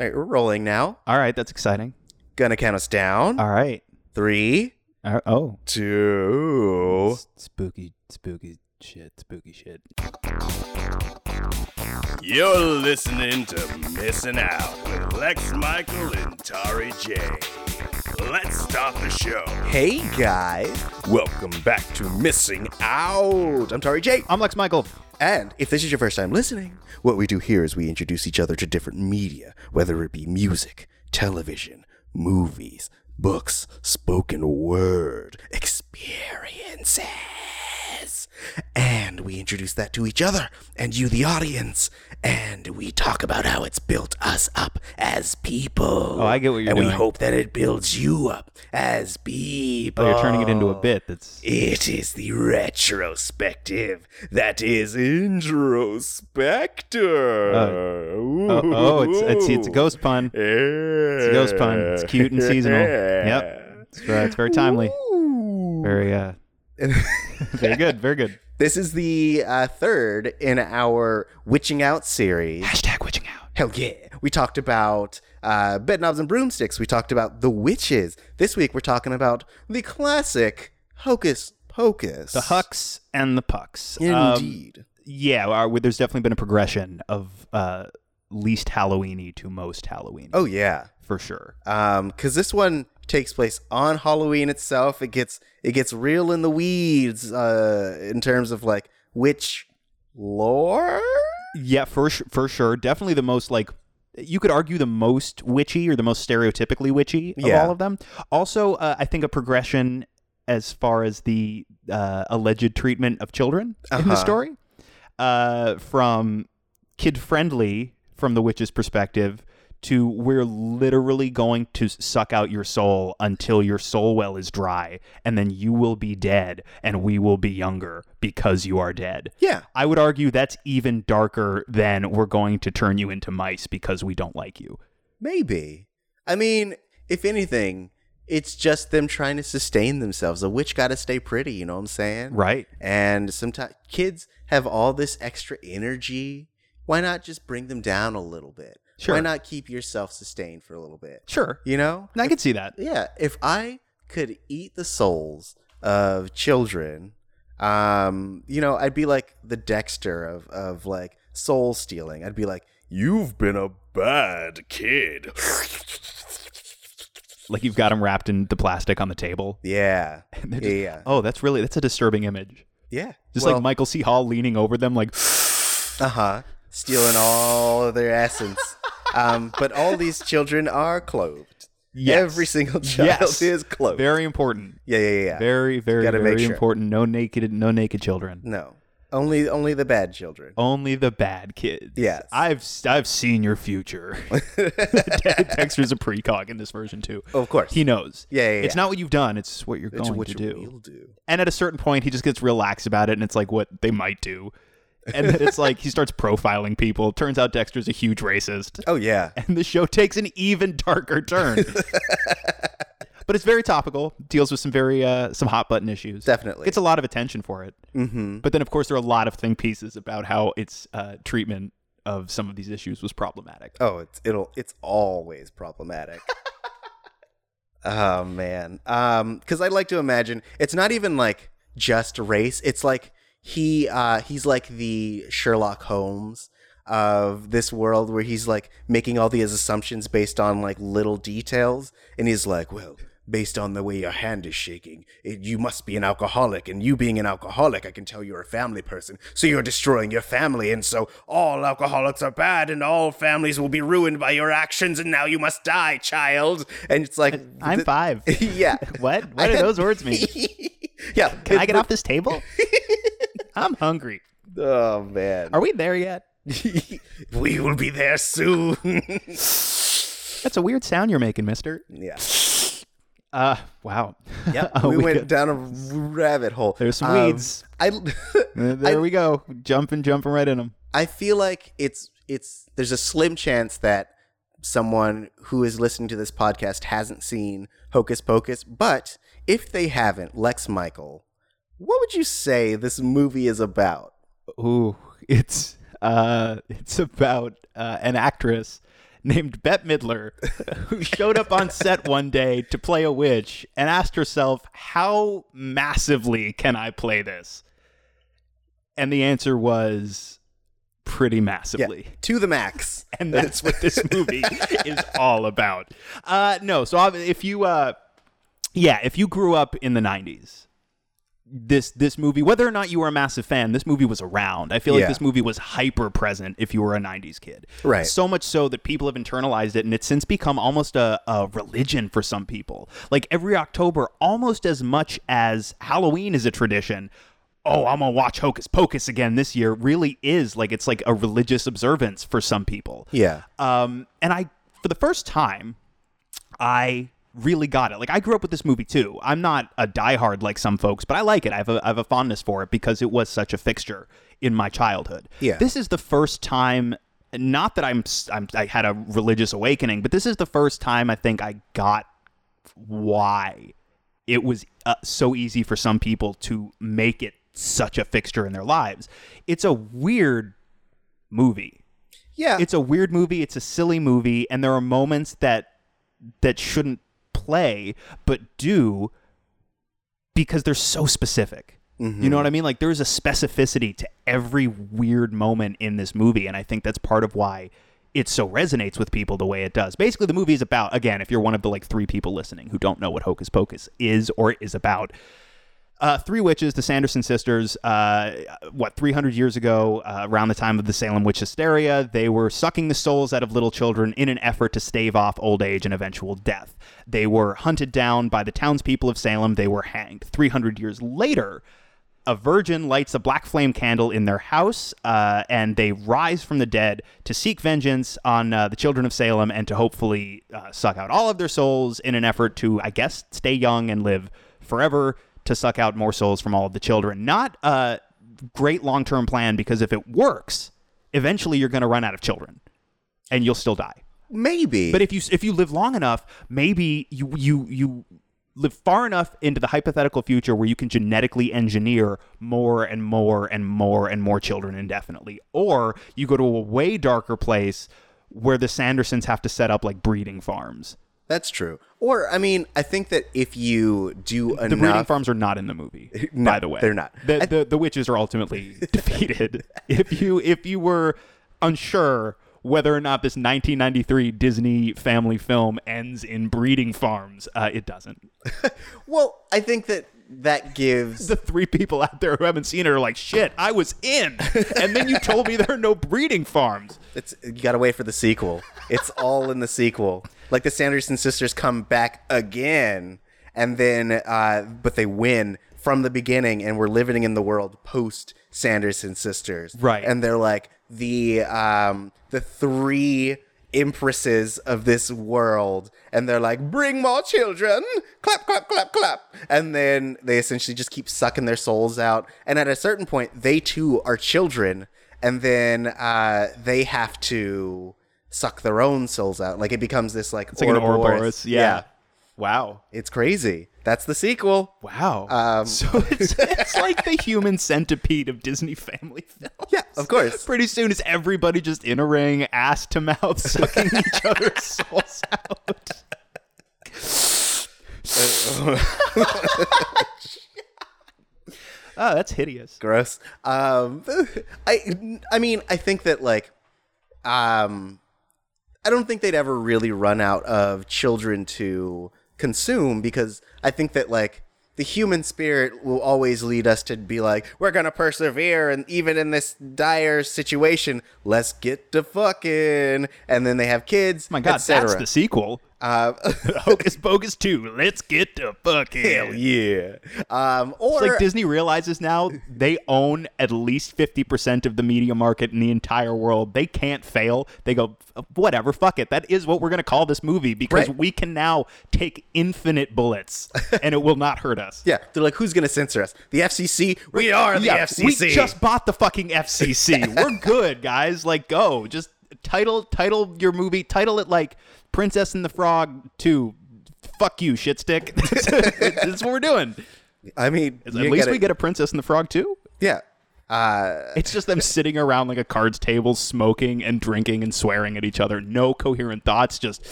All right, we're rolling now. All right, that's exciting. Gonna count us down. All right. Three, Uh, oh. two. S- Spooky, spooky shit, spooky shit. You're listening to Missing Out with Lex Michael and Tari J. Let's start the show. Hey guys, welcome back to Missing Out. I'm Tari J. I'm Lex Michael. And if this is your first time listening, what we do here is we introduce each other to different media, whether it be music, television, movies, books, spoken word, experiences. And we introduce that to each other and you, the audience. And we talk about how it's built us up as people. Oh, I get what you're and doing. we hope that it builds you up as people. Oh, you're turning it into Uh, a bit. That's It is the retrospective that is introspective. oh, oh, it's it's it's a ghost pun. Yeah. It's a ghost pun. It's cute and seasonal. Yep. It's, uh, it's very timely. Ooh. Very uh, very good. Very good. this is the uh, third in our Witching Out series. Hashtag witching out. Hell yeah. We talked about uh, bed knobs and broomsticks. We talked about the witches. This week we're talking about the classic Hocus Pocus. The hucks and the pucks. Um, Indeed. yeah, our, there's definitely been a progression of uh, least Halloweeny to most Halloweeny. oh yeah. for sure. um because this one takes place on halloween itself it gets it gets real in the weeds uh in terms of like which lore Yeah, for su- for sure. Definitely the most like you could argue the most witchy or the most stereotypically witchy of Yeah. all of them. Also, uh, I think a progression as far as the uh, alleged treatment of children in Uh-huh. the story uh, from kid friendly from the witch's perspective to we're literally going to suck out your soul until your soul well is dry and then you will be dead and we will be younger because you are dead yeah I would argue that's even darker than we're going to turn you into mice because we don't like you. maybe i mean if anything it's just them trying to sustain themselves a witch gotta stay pretty you know what i'm saying Right. and sometimes kids have all this extra energy why not just bring them down a little bit Sure. why not keep yourself sustained for a little bit Sure. you know I could see that. yeah if i could eat the souls of children um you know i'd be like the dexter of of like soul stealing i'd be like you've been a bad kid Like you've got them wrapped in the plastic on the table. yeah yeah They're just- yeah Oh, that's really that's a disturbing image. yeah Just Well, like Michael C. Hall leaning over them, like uh-huh stealing all of their essence um but all these children are clothed yes. every single child Yes. is clothed very important, yeah yeah yeah, yeah. very very Gotta make very sure. important. No naked, no naked children. no only only the bad children Only the bad kids. Yes. I've I've seen your future. Dexter's a precog in this version too. of course He knows. Yeah, yeah, It's yeah. not what you've done. It's what you're It's going what to you do. will do And at a certain point, he just gets relaxed about it, and it's like what they might do. And then it's like he starts profiling people. Turns out Dexter's a huge racist, oh yeah and the show takes an even darker turn. but it's very topical. Deals with some very uh, some hot button issues. Definitely. gets a lot of attention for it. Mm-hmm. But then, of course, there are a lot of think pieces about how its uh, treatment of some of these issues was problematic. Oh, it's it'll it's always problematic. oh man. Um cuz I like to imagine it's not even like just race. It's like he uh he's like the Sherlock Holmes of this world where he's like making all these assumptions based on like little details and he's like, "Well, based on the way your hand is shaking, it, you must be an alcoholic. And you being an alcoholic, I can tell you're a family person. So you're destroying your family. And so all alcoholics are bad and all families will be ruined by your actions. And now you must die, child. And it's like, I'm th- five. yeah. what? What do had- those words mean? yeah. Can I get off this table? I'm hungry. Oh, man. Are we there yet? we will be there soon. That's a weird sound you're making, mister. yeah. Uh, wow. Yep. Oh, we, we went got- down a rabbit hole. There's some Um, weeds. I. Uh, There we go. Jumping, jumping right in them. I feel like it's it's there's a slim chance that someone who is listening to this podcast hasn't seen Hocus Pocus, but if they haven't, Lex Michael, what would you say this movie is about? Ooh, it's uh, it's about uh, an actress named Bette Midler who showed up on set one day to play a witch and asked herself, How massively can I play this? And the answer was pretty massively to the max. and that's what this movie is all about. Uh, no, so ob- if you, uh, yeah, if you grew up in the '90s, this this movie, whether or not you were a massive fan, this movie was around. I feel like Yeah. this movie was hyper present if you were a '90s kid, Right. So much so that people have internalized it, and it's since become almost a, a religion for some people. Like every October, almost as much as Halloween is a tradition. Oh, I'm gonna watch Hocus Pocus again this year. Really is like it's like a religious observance for some people. Yeah. Um, and I, for the first time, I really got it. Like I grew up with this movie too. I'm not a diehard like some folks, but I like it. I have a, I have a fondness for it because it was such a fixture in my childhood. Yeah. This is the first time. Not that I'm, s- I'm I had a religious awakening, but this is the first time I think I got why it was uh, so easy for some people to make it such a fixture in their lives. It's a weird movie Yeah. it's a weird movie it's a silly movie and there are moments that that shouldn't play but do because they're so specific you know what i mean like there's a specificity to every weird moment in this movie and i think that's part of why it so resonates with people the way it does basically the movie is about again if you're one of the like three people listening who don't know what hocus pocus is or is about uh, three witches, the Sanderson sisters, uh, what, 300 years ago, uh, around the time of the Salem witch hysteria, they were sucking the souls out of little children in an effort to stave off old age and eventual death. They were hunted down by the townspeople of Salem. They were hanged. 300 years later, a virgin lights a black flame candle in their house, uh, and they rise from the dead to seek vengeance on uh, the children of Salem and to hopefully uh, suck out all of their souls in an effort to, I guess, stay young and live forever to suck out more souls from all of the children. Not a great long term plan because if it works, eventually you're going to run out of children and you'll still die. Maybe. But if you if you live long enough, maybe you you you live far enough into the hypothetical future where you can genetically engineer more and more and more and more children indefinitely, or you go to a way darker place where the Sandersons have to set up like breeding farms. That's true. Or I mean, I think that if you do The breeding enough, farms are not in the movie, No, by the way. they're not. The, the, the witches are ultimately defeated. If you if you were unsure whether or not this 1993 Disney family film ends in breeding farms, uh, it doesn't. well, I think that that gives The three people out there who haven't seen it are like, "Shit, I was in," and then you told me there are no breeding farms. it's you got to wait for the sequel. It's all in the sequel. Like the Sanderson sisters come back again, and then uh, but they win from the beginning, and we're living in the world post Sanderson sisters, Right. And they're like the um, the three empresses of this world, and they're like, bring more children, clap, clap, clap, clap, and then they essentially just keep sucking their souls out, and at a certain point, they too are children and then uh, they have to suck their own souls out. Like it becomes this like It's like an Ouroboros. Yeah. Wow. it's crazy. That's the sequel. Wow. Um, so it's, it's like the human centipede of Disney family films. Yeah, of course. Pretty soon, it's everybody just in a ring, ass to mouth, sucking each other's souls out. oh, that's hideous. Gross. Um, I I mean I think that like um, I don't think they'd ever really run out of children to consume because I think that like the human spirit will always lead us to be like we're gonna persevere and even in this dire situation let's get to fucking and then they have kids My God, et cetera. that's the sequel. Hocus Pocus 2, let's get to fucking. Hell yeah um or It's like Disney realizes now they own at least 50% of the media market in the entire world. They can't fail. They go, whatever, fuck it. That is what we're going to call this movie because Right. we can now take infinite bullets and it will not hurt us. yeah they're like who's gonna censor us the FCC we are the Yeah, FCC We just bought the fucking FCC. We're good, guys. Like, go. Just title title your movie. Title it like Princess and the Frog Two. Fuck you, shit stick. That's what we're doing. I mean At least we get. get a Princess and the Frog Two. Yeah. Uh, It's just them sitting around like a cards table, smoking and drinking and swearing at each other. No coherent thoughts, just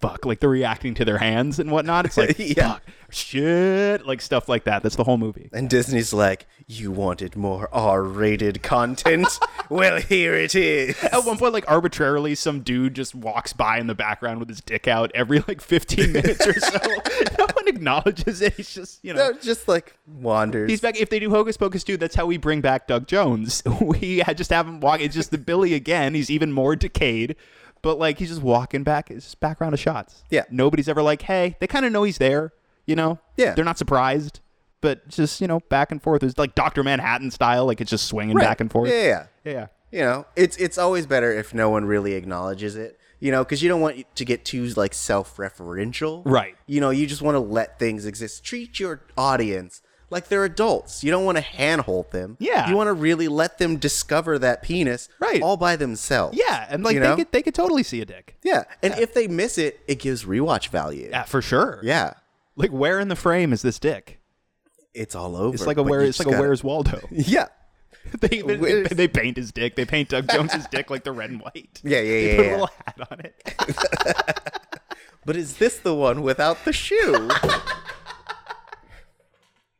fuck. Like they're reacting to their hands and whatnot. It's like Yeah. fuck, shit, like stuff like that. That's the whole movie. and Disney's like, you wanted more R-rated content? well, here it is. At one point, like arbitrarily, some dude just walks by in the background with his dick out every like 15 minutes or so. no one acknowledges it. He's just you know. No, just like wanders. He's back. If they do Hocus Pocus 2, that's how we bring back Doug Jones. We had- just have him walk. It's just the Billy again. He's even more decayed, but like he's just walking back. It's just background of shots. Yeah. Nobody's ever like, hey, they kind of know he's there, you know? Yeah. They're not surprised, but just, you know, back and forth. It's like Dr. Manhattan style. Like it's just swinging Right. back and forth. Yeah, yeah. Yeah. You know, it's it's always better if no one really acknowledges it. You know, because you don't want to get too like self-referential, Right. You know, you just want to let things exist. Treat your audience like they're adults. You don't want to handhold them. Yeah. you want to really let them discover that penis, Right. all by themselves. Yeah. And like You they, know? could, they could totally see a dick. yeah. And if they miss it, it gives rewatch value. Yeah, for sure. Yeah. Like where in the frame is this dick? it's all over. It's like a but where you it's just like a gotta- where's Waldo. Yeah. they, they, Where's- they paint his dick. They paint Doug Jones's dick like the red and white. Yeah, yeah, yeah, They put yeah. a little hat on it. But is this the one without the shoe?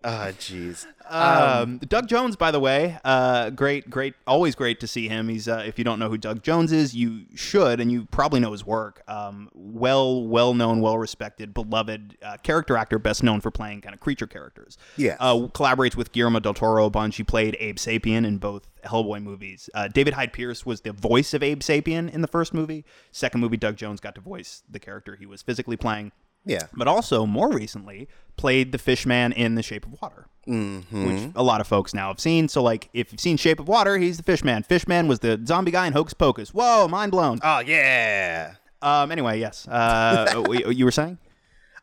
Ah, jeez. Um, Doug Jones, by the way, uh, great, great, always great to see him. He's uh, if you don't know who Doug Jones is, you should, and you probably know his work. Um, well, well known, well respected, beloved uh, character actor, best known for playing kind of creature characters. Yes. uh, collaborates with Guillermo del Toro a bunch. He played Abe Sapien in both Hellboy movies. Uh, David Hyde Pierce was the voice of Abe Sapien in the first movie. Second movie, Doug Jones got to voice the character he was physically playing Yeah. but also more recently played the fishman in The Shape of Water, mm-hmm. which a lot of folks now have seen. So, like, if you've seen Shape of Water, he's the fishman. Fishman was the zombie guy in Hocus Pocus. Whoa, mind blown. Oh yeah. Um, anyway, yes, uh, you you were saying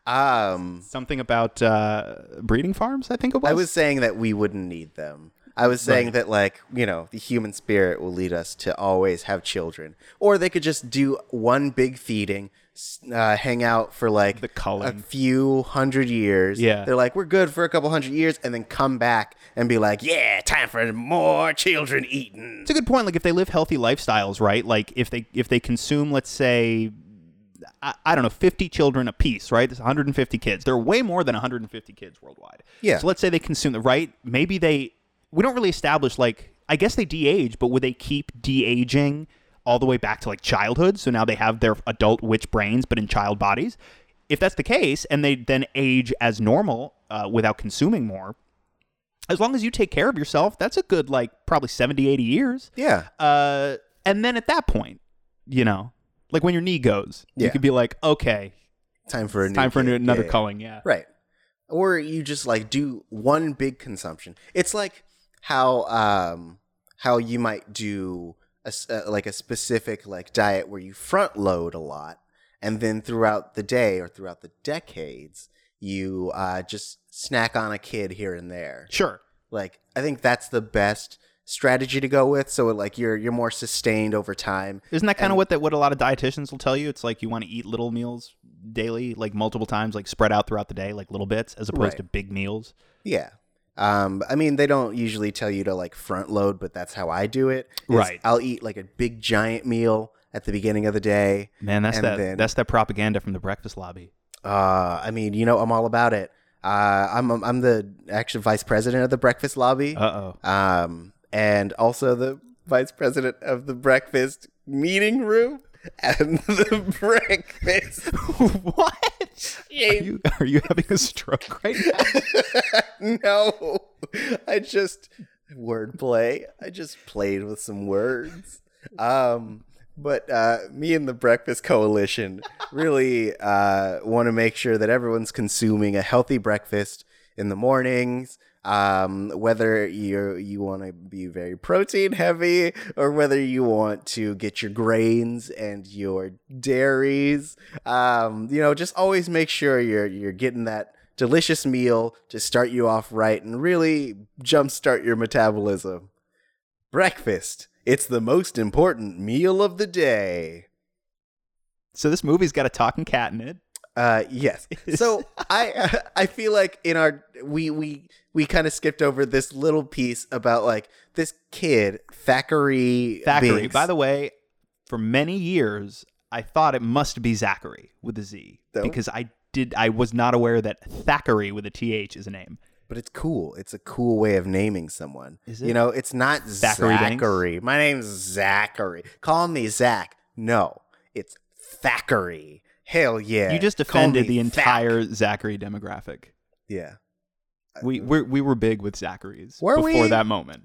Um, something about uh, breeding farms. I think it was. I was saying that we wouldn't need them. I was saying that like you know the human spirit will lead us to always have children, or they could just do one big feeding, s- uh, hang out for like The culling. a few hundred years. Yeah. they're like we're good for a couple hundred years, and then come back and be like, yeah, time for more children eaten. It's a good point. Like, if they live healthy lifestyles, right? Like, if they if they consume, let's say. I, I don't know, 50 children apiece, right? There's 150 kids. There are way more than 150 kids worldwide. Yeah. So let's say they consume the right. Maybe they, we don't really establish like, I guess they de-age, but would they keep de-aging all the way back to like childhood? So now they have their adult witch brains, but in child bodies. If that's the case, and they then age as normal uh, without consuming more, as long as you take care of yourself, that's a good like probably 70, 80 years. Yeah, Uh, and then at that point, you know, like when your knee goes, Yeah. you could be like, okay, time for a new time for a new- kid. another Yeah, yeah. culling. Yeah. Right. Or you just like do one big consumption. It's like how um how you might do a, s- uh, like a specific like diet where you front load a lot and then throughout the day or throughout the decades you uh just snack on a kid here and there. Sure. Like I think that's the best strategy to go with so like you're you're more sustained over time. Isn't that kind of what that what a lot of dietitians will tell you? It's like you want to eat little meals daily, like multiple times, like spread out throughout the day, like little bits, as opposed Right. to big meals. Yeah. Um, I mean, they don't usually tell you to like front load, but that's how I do it. is Right. I'll eat like a big giant meal at the beginning of the day. Man, that's And that then- that's that propaganda from the breakfast lobby. Uh, I mean, you know, I'm all about it. Uh, I'm I'm- I'm the actual vice president of the breakfast lobby. Uh oh. um, and also the vice president of the breakfast meeting room and the breakfast. what? Are you are you having a stroke right now? no, I just wordplay. I just played with some words. Um, but uh, me and the Breakfast Coalition really uh, want to make sure that everyone's consuming a healthy breakfast in the mornings. Um, whether you you want to be very protein heavy, or whether you want to get your grains and your dairies, um, you know, just always make sure you're you're getting that delicious meal to start you off right and really jumpstart your metabolism. Breakfast. It's the most important meal of the day. So this movie's got a talking cat in it. Uh, yes. So I I feel like in our we we we kind of skipped over this little piece about like this kid Thackeray. Thackeray. Binks. By the way, for many years I thought it must be Zachary with a Z No. because I did I was not aware that Thackeray with a th is a name. but it's cool. It's a cool way of naming someone. Is it? You know, it's not Thackeray Zachary. Banks? My name's Zachary. Call me Zach. No, it's Thackeray. Hell yeah! you just Call me offended the Thack. entire Zachary demographic. Yeah. Uh, We we're, we were big with Zachary's Were before we? that moment.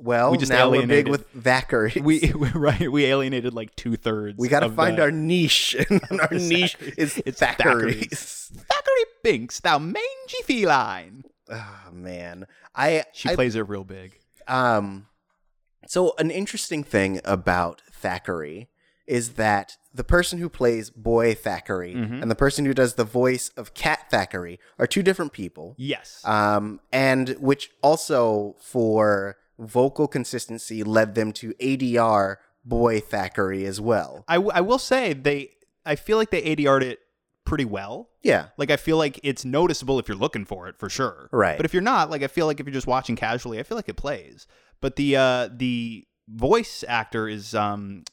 Well, We just now alienated- we're big with Thackeray. We we're right we alienated like two thirds. we got to find our niche, and our the niche Thackeray- is it's Thackeray's. Thackeray Binks, thou mangy feline. Oh man, I She I, plays it real big. Um, so an interesting thing about Thackeray is that the person who plays Boy Thackeray Mhm. and the person who does the voice of Cat Thackeray are two different people. Yes. Um, and which also for vocal consistency led them to ADR Boy Thackeray as well. I, w- I will say they I feel like they ADR'd it pretty well. Yeah. Like I feel like it's noticeable if you're looking for it for sure. Right. But if you're not, like I feel like if you're just watching casually, I feel like it plays. But the uh the voice actor is um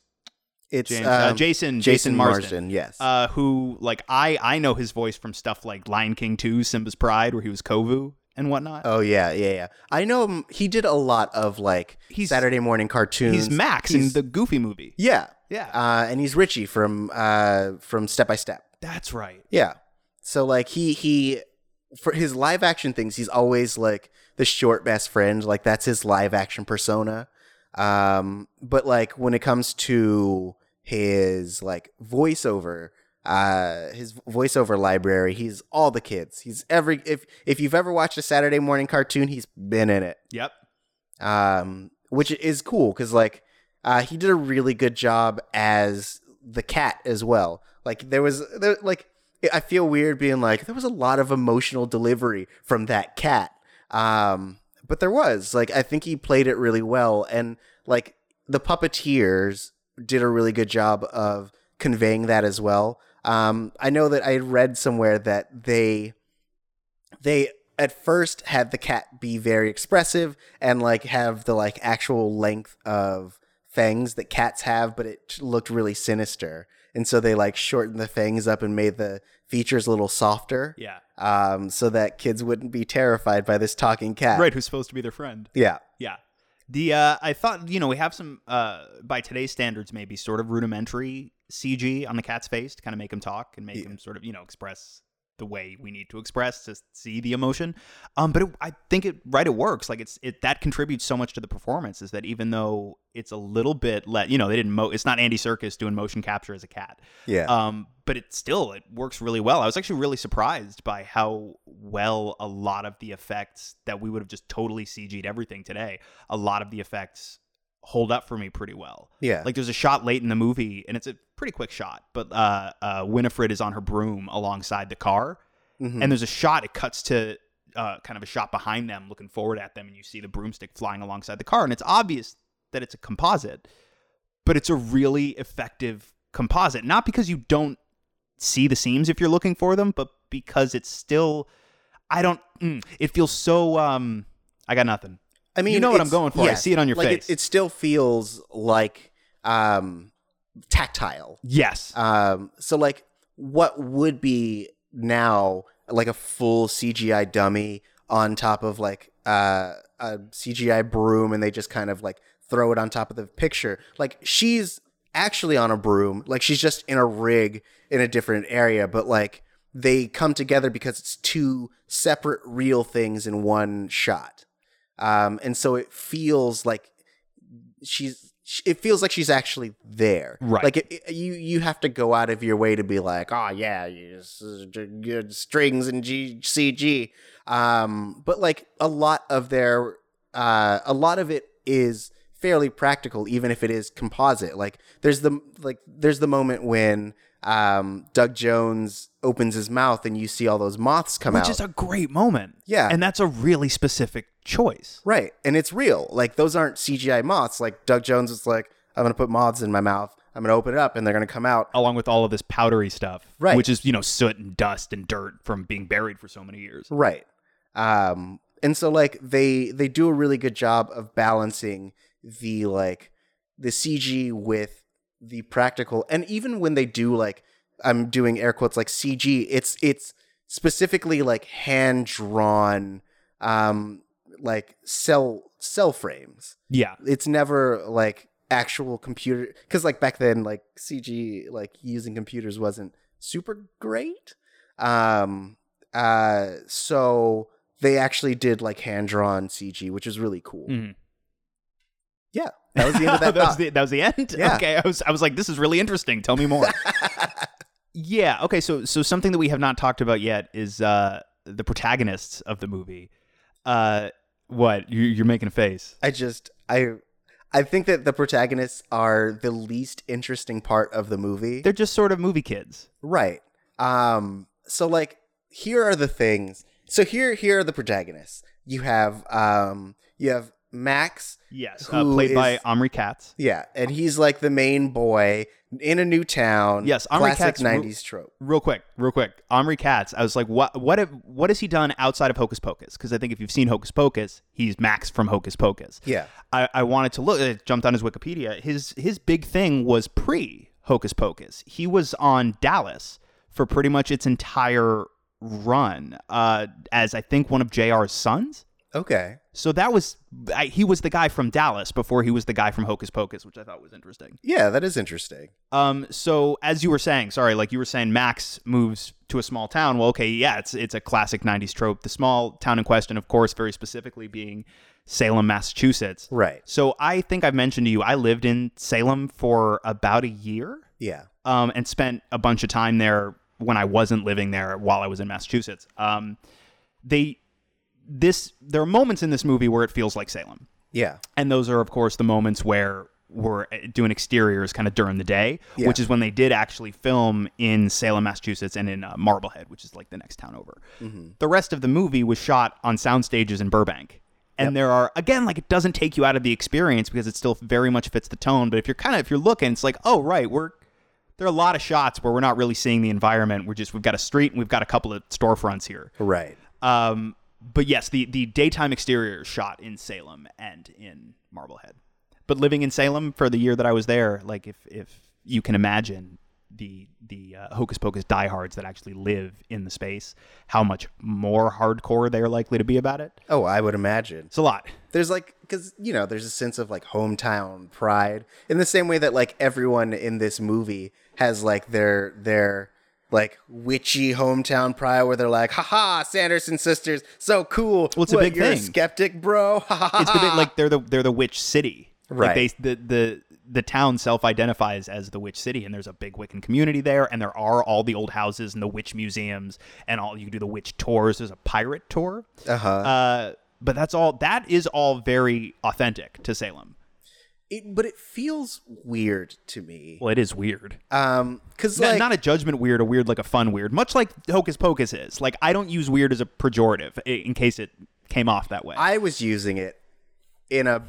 It's James uh, um, Jason Jason Marsden. Marsden, yes. Uh, who like I I know his voice from stuff like Lion King 2, Simba's Pride, where he was Kovu and whatnot. Oh yeah, yeah, yeah. I know him. He did a lot of like He's- Saturday morning cartoons. he's Max in He's- the Goofy movie. yeah, Yeah, uh, and he's Richie from uh, from Step by Step. that's right. Yeah. So like he he for his live action things, he's always like the short best friend. Like that's his live action persona. Um, but like when it comes to his like voiceover, uh, his voiceover library, he's all the kids. He's every if if you've ever watched a Saturday morning cartoon, he's been in it Yep. um, which is cool because like uh, he did a really good job as the cat as well. Like there was there, like I feel weird being like there was a lot of emotional delivery from that cat, um, but there was like I think he played it really well and like the puppeteers did a really good job of conveying that as well. Um, I know that I had read somewhere that they they at first had the cat be very expressive and like have the like actual length of fangs that cats have, but it looked really sinister. And so they like shortened the fangs up and made the features a little softer, Yeah. um, so that kids wouldn't be terrified by this talking cat. Right. Who's supposed to be their friend? Yeah. Yeah. The uh, I thought you know we have some uh, by today's standards maybe sort of rudimentary CG on the cat's face to kind of make him talk and make Yeah. him sort of you know express the way we need to express to see the emotion. Um, but it, I think it right it works like it's it that contributes so much to the performance is that even though it's a little bit let you know they didn't mo it's not Andy Circus doing motion capture as a cat. Yeah. Um, but it still it works really well. I was actually really surprised by how well a lot of the effects that we would have just totally CG'd everything today. A lot of the effects hold up for me pretty well. yeah. Like there's a shot late in the movie, and it's a pretty quick shot, but uh, uh, Winifred is on her broom alongside the car, Mhm. and there's a shot. It cuts to uh, kind of a shot behind them, looking forward at them, and you see the broomstick flying alongside the car, and it's obvious that it's a composite, but it's a really effective composite. Not because you don't see the seams if you're looking for them, but because it's still, I don't. Mm, it feels so. Um, I got nothing. I mean, you know what I'm it's- going for. I yes. see it on your like, face. It, it still feels like um, tactile. yes. Um, so like what would be now like a full CGI dummy on top of like uh, a CGI broom and they just kind of like throw it on top of the picture. Like she's actually on a broom, like she's just in a rig in a different area, but like they come together because it's two separate real things in one shot. Um, and so it feels like she's sh- it feels like she's actually there Right. like it, it- you you have to go out of your way to be like oh yeah you- s- j- good strings and G- cg um but like a lot of their uh a lot of it is fairly practical even if it is composite like there's the like there's the moment when um doug jones opens his mouth and you see all those moths come Which out is a great moment. Yeah. And that's a really specific choice. Right. And it's real. Like those aren't CGI moths. Like Doug Jones was like, I'm gonna put moths in my mouth. I'm gonna open it up, and they're gonna come out. along with all of this powdery stuff, Right. Which is you know soot and dust and dirt from being buried for so many years. Right. Um, and so like they they do a really good job of balancing the like the CG with the practical. And even when they do like I'm doing air quotes like CG, it's it's specifically like hand drawn um like cell cell frames Yeah, it's never like actual computer because like back then like cg like using computers wasn't super great um uh so they actually did like hand-drawn cg which is really cool Mhm. yeah that was the end of that, was thought. the, that was the end. Yeah. Okay, I was I was like, this is really interesting. Tell me more. yeah. Okay. So so something that we have not talked about yet is uh the protagonists of the movie. Uh, what you, you're making a face? i just i i think that the protagonists are the least interesting part of the movie They're just sort of movie kids. Right. Um so like here are the things. So here here are the protagonists. You have um you have Max, Yes. Uh, Who played by is- Omri Katz. yeah, and he's like the main boy in a new town. Yes, Omri classic Katz- 90s trope. Real quick, real quick. Omri Katz. I was like, what? What? Have, what has he done outside of Hocus Pocus? Because I think if you've seen Hocus Pocus, he's Max from Hocus Pocus. Yeah. I, I wanted to look. It jumped on his Wikipedia. His his big thing was pre Hocus Pocus. He was on Dallas for pretty much its entire run uh, as I think one of Jr's sons. Okay. So that was I, he was the guy from Dallas before he was the guy from Hocus Pocus, which I thought was interesting. Yeah, that is interesting. Um, so as you were saying, sorry, like you were saying, Max moves to a small town. Well, okay, yeah, it's it's a classic '90s trope. The small town in question, of course, very specifically being Salem, Massachusetts. Right. So I think I've mentioned to you, I lived in Salem for about a year Yeah. um, and spent a bunch of time there when I wasn't living there while I was in Massachusetts. Um, they this there are moments in this movie where it feels like Salem, Yeah. and those are of course the moments where we're eh, doing exteriors kind of during the day, Yeah. which is when they did actually film in Salem, Massachusetts, and in uh, Marblehead, which is like the next town over. The rest of the movie was shot on sound stages in Burbank. And there are again, like it doesn't take you out of the experience because it still very much fits the tone. But if you're kind of if you're looking, it's like, oh right, we're there are a lot of shots where we're not really seeing the environment. We're just we've got a street and we've got a couple of storefronts here. Right. Um, but yes, the the daytime exterior is shot in Salem and in Marblehead. But living in Salem for the year that I was there, like if if you can imagine the the uh, hocus pocus diehards that actually live in the space, how much more hardcore they are likely to be about it. Oh, I would imagine. It's a lot. There's like cuz you know, there's a sense of like hometown pride in the same way that like everyone in this movie has like their their like witchy hometown pride where they're like, haha, Sanderson sisters, so cool. Well, it's a big you're thing. skeptic, bro. Ha, ha, ha, It's the bit like they're the they're the witch city. Right. Like they the the the town self-identifies as the witch city and there's a big wiccan community there and there are all the old houses and the witch museums and all you can do the witch tours there's a pirate tour uh-huh. Uh, but that's all. That is all very authentic to Salem. It, but it feels weird to me. Well, it is weird. Um cuz N- like not a judgment weird, a weird like a fun weird, much like Hocus Pocus is. Like I don't use weird as a pejorative i- in case it came off that way. I was using it in a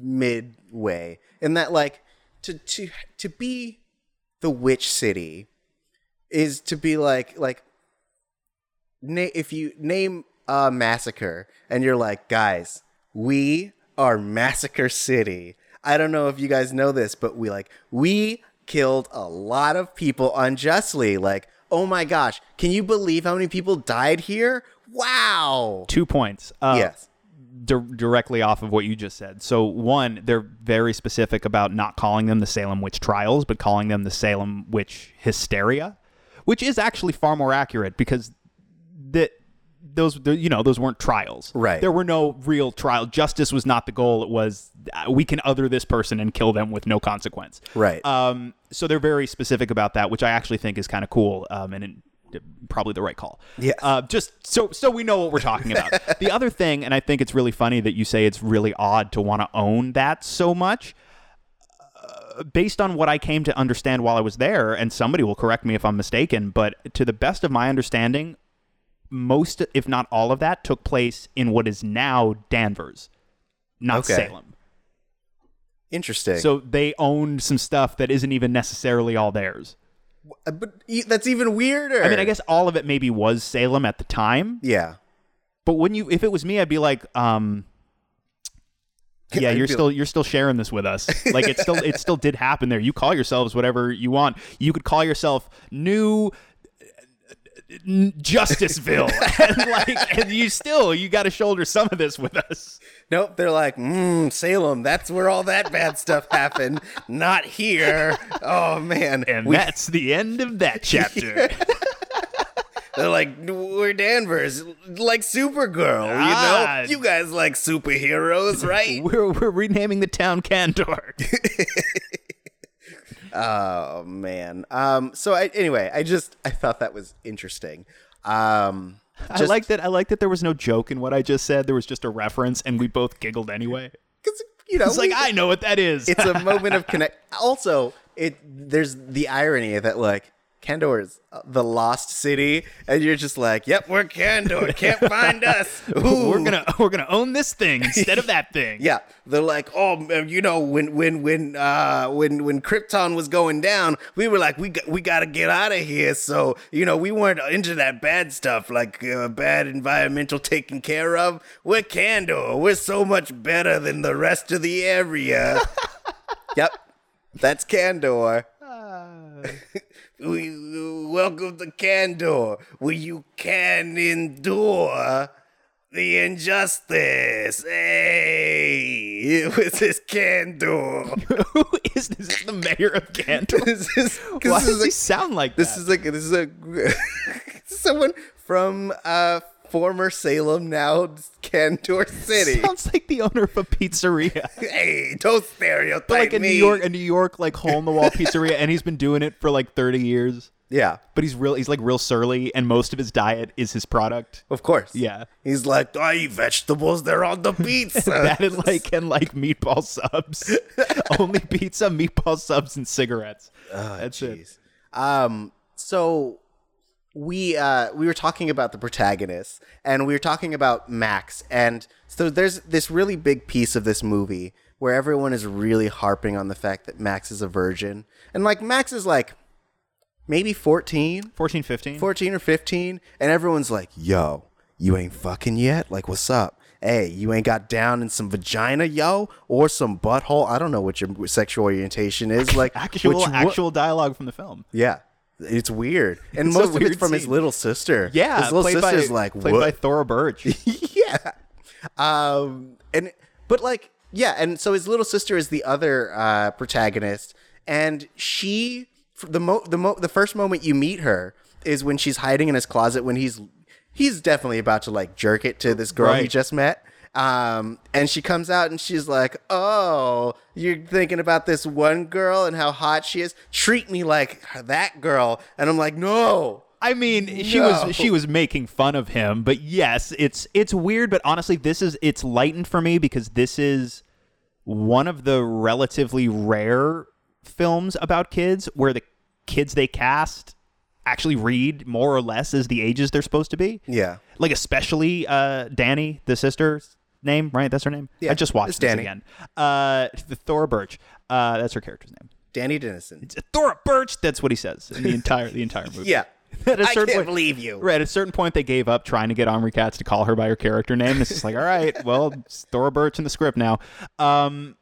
mid way, in that like to to to be the witch city is to be like like na- if you name a massacre and you're like guys we are massacre city i don't know if you guys know this but we like we killed a lot of people unjustly like oh my gosh can you believe how many people died here wow Two points. Uh, yes dir- directly off of what you just said. So one, they're very specific about not calling them the Salem witch trials, but calling them the Salem witch hysteria, which is actually far more accurate because that those the, you know those weren't trials. Right. There were no real trial. Justice was not the goal. It was uh, we can other this person and kill them with no consequence. Right. Um, so they're very specific about that, which I actually think is kind of cool um, and it, probably the right call. Yeah. Uh, just so so we know what we're talking about. the other thing, and I think it's really funny that you say it's really odd to want to own that so much. Uh, Based on what I came to understand while I was there, and somebody will correct me if I'm mistaken, but to the best of my understanding, most, if not all of that, took place in what is now Danvers, not Okay. Salem. Interesting. So they owned some stuff that isn't even necessarily all theirs. Uh, but e- that's even weirder. I mean, I guess all of it maybe was Salem at the time, Yeah. but wouldn't you? If it was me, I'd be like, um, yeah, I'd you're be still you're still sharing this with us. Like it still it still did happen there. You call yourselves whatever you want. You could call yourself New N- Justiceville, and like, and you still you got to shoulder some of this with us. Nope. They're like, mm, Salem. That's where all that bad stuff happened. Not here. Oh man. And We- that's the end of that chapter. They're like, we're Danvers, like Supergirl. Ah. You know, you guys like superheroes, right? we're we're renaming the town Candor. Oh man. Um. So I, anyway, I just I thought that was interesting. Um. I just- like that. I like that there was no joke in what I just said. There was just a reference, and we both giggled anyway. 'cause, you know, It's like we- I know what that is. Oh. it's a moment of connect. Also, it there's the irony that like Kandor is uh, the lost city, and you're just like, yep, we're Kandor. Can't find us. Ooh. we're gonna we're gonna own this thing instead of that thing. Yeah, they're like, oh, man, you know, when when when uh, when when Krypton was going down, we were like, we got, we gotta get out of here. So you know, we weren't into that bad stuff, like uh, bad environmental taken care of. We're Candor. We're so much better than the rest of the area. yep, that's Candor. We, welcome to Candor, where you can endure the injustice. Hey, it was this Candor. Who is this? Is the mayor of Cantor? this is Why this does is, he a, sound like this that? is like this is a someone from uh former Salem, now Candor City. Sounds like the owner of a pizzeria, hey, don't stereotype like a me. New York, a New York like hole in the wall pizzeria, and he's been doing it for like thirty years. Yeah, But he's real. He's like real surly, and most of his diet is his product. of course. Yeah. He's like, I eat vegetables. They're on the pizza. that and like and like meatball subs. Only pizza, meatball subs, and cigarettes. That's it. Jeez. Um, so we uh, we were talking about the protagonist, and we were talking about Max, and so there's this really big piece of this movie where everyone is really harping on the fact that Max is a virgin, and like Max is like maybe 14, 14, 15? 14 or fifteen, and everyone's like, "Yo, you ain't fucking yet. Like, what's up?" Hey, you ain't got down in some vagina, yo, or some butthole. I don't know what your sexual orientation is. Like actual which wo- actual dialogue from the film. yeah. It's weird. And It's a most of it's weird from his scene. little sister. Yeah, His little played by- sister's like, played what? by Thora Birch. yeah. Um, and, but like, yeah. And so his little sister is the other uh, protagonist. And she, f- the, mo- the, mo- the first moment you meet her is when she's hiding in his closet when he's, he's definitely about to like jerk it to this girl he Right. just met. Um, and she comes out and she's like, "Oh, you're thinking about this one girl and how hot she is. Treat me like that girl." And I'm like, "No, I mean, she No. was she was making fun of him, but yes, it's it's weird, but honestly, this is it's lightened for me because this is one of the relatively rare films about kids where the kids they cast actually read more or less as the ages they're supposed to be. Yeah. like especially uh, Danny, the sister's name, right? That's her name. Yeah, I just watched it's this Danny. again. Uh, the Thora Birch. Uh, that's her character's name. Danny Dennison. It's Thora Birch. That's what he says in the entire the entire movie. Yeah. At a I certain can't point- believe you. Right. At a certain point, they gave up trying to get Omri Katz to call her by her character name. It's just like, all right, well, it's Thora Birch in the script now. Um,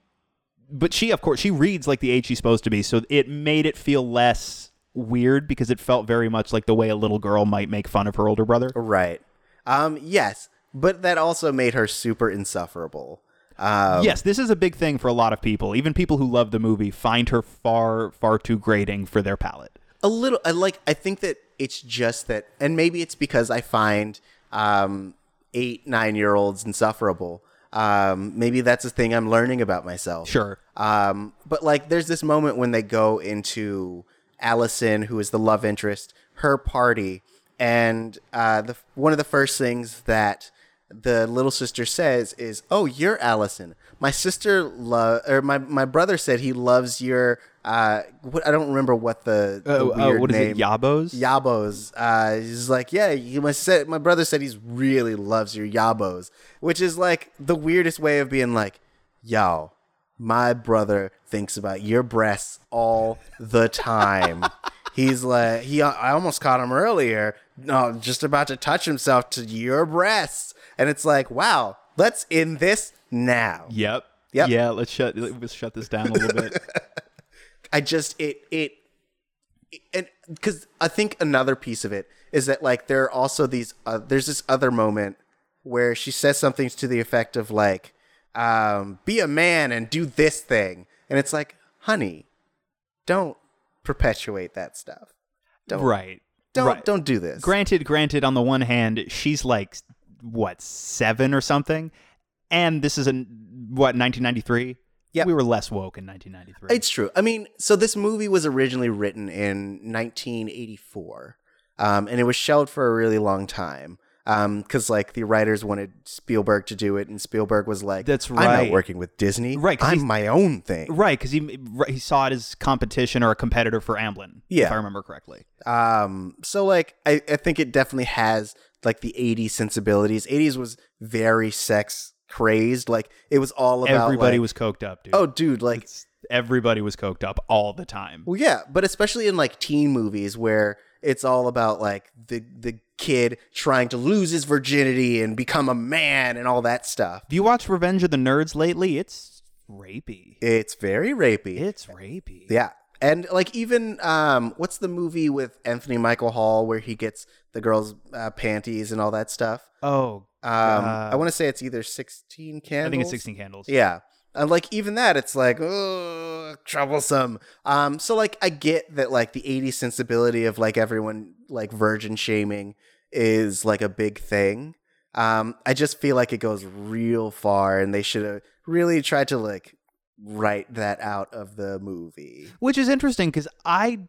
but she, of course, she reads like the age she's supposed to be, so it made it feel less weird because it felt very much like the way a little girl might make fun of her older brother. Right. Um, yes, but that also made her super insufferable. Um, Yes, this is a big thing for a lot of people. Even people who love the movie find her far, far too grating for their palate. a little I like I think that it's just that and maybe it's because I find um 8 9 year olds insufferable. Um maybe that's a thing I'm learning about myself. Sure. Um but like there's this moment when they go into Allison who is the love interest her party and uh the one of the first things that the little sister says is, "Oh, you're Allison. My sister love or my my brother said he loves your uh what I don't remember what the, the Oh, uh, weird what is name. it? Yabos? Yabos. Uh, he's like, yeah, he must said my brother said he's really loves your yabos, which is like the weirdest way of being like, yo, my brother thinks about your breasts all the time. He's like, he. uh, I almost caught him earlier. No, just about to touch himself to your breasts, and it's like, wow. Let's end this now. Yep. Yep. Yeah. Let's shut. Let's shut this down a little bit. I just it it, it and because I think another piece of it is that like there are also these uh, there's this other moment where she says something to the effect of like um, be a man and do this thing and it's like honey don't perpetuate that stuff don't right. don't right. don't do this Granted, granted. On the one hand, she's like what seven or something, and this is a what 1993. Yep. We were less woke in 1993. It's true. I mean, so this movie was originally written in 1984, um, and it was shelved for a really long time because, like, the writers wanted Spielberg to do it, and Spielberg was like, That's I'm right. not working with Disney. Right, 'cause I'm he's- my own thing." Right, because he right, he saw it as competition or a competitor for Amblin. Yeah. if I remember correctly. Um, so, like, I, I think it definitely has like the 80s sensibilities. 80s was very sex crazed. Like, it was all about everybody like, was coked up, dude. Oh, dude! Like, It's- everybody was coked up all the time. Well, yeah, but especially in like teen movies where it's all about like the the kid trying to lose his virginity and become a man and all that stuff. Have you watched Revenge of the Nerds lately? It's rapey. It's very rapey. It's rapey. yeah. And like even um what's the movie with Anthony Michael Hall where he gets the girl's uh, panties and all that stuff? Oh, Um Uh, I want to say it's either 16 candles. I think it's 16 Candles. Yeah. And like even that, it's like oh, troublesome. Um, so like I get that like the '80s sensibility of like everyone like virgin shaming is like a big thing. Um, I just feel like it goes real far, and they should have really tried to like write that out of the movie. Which is interesting because I,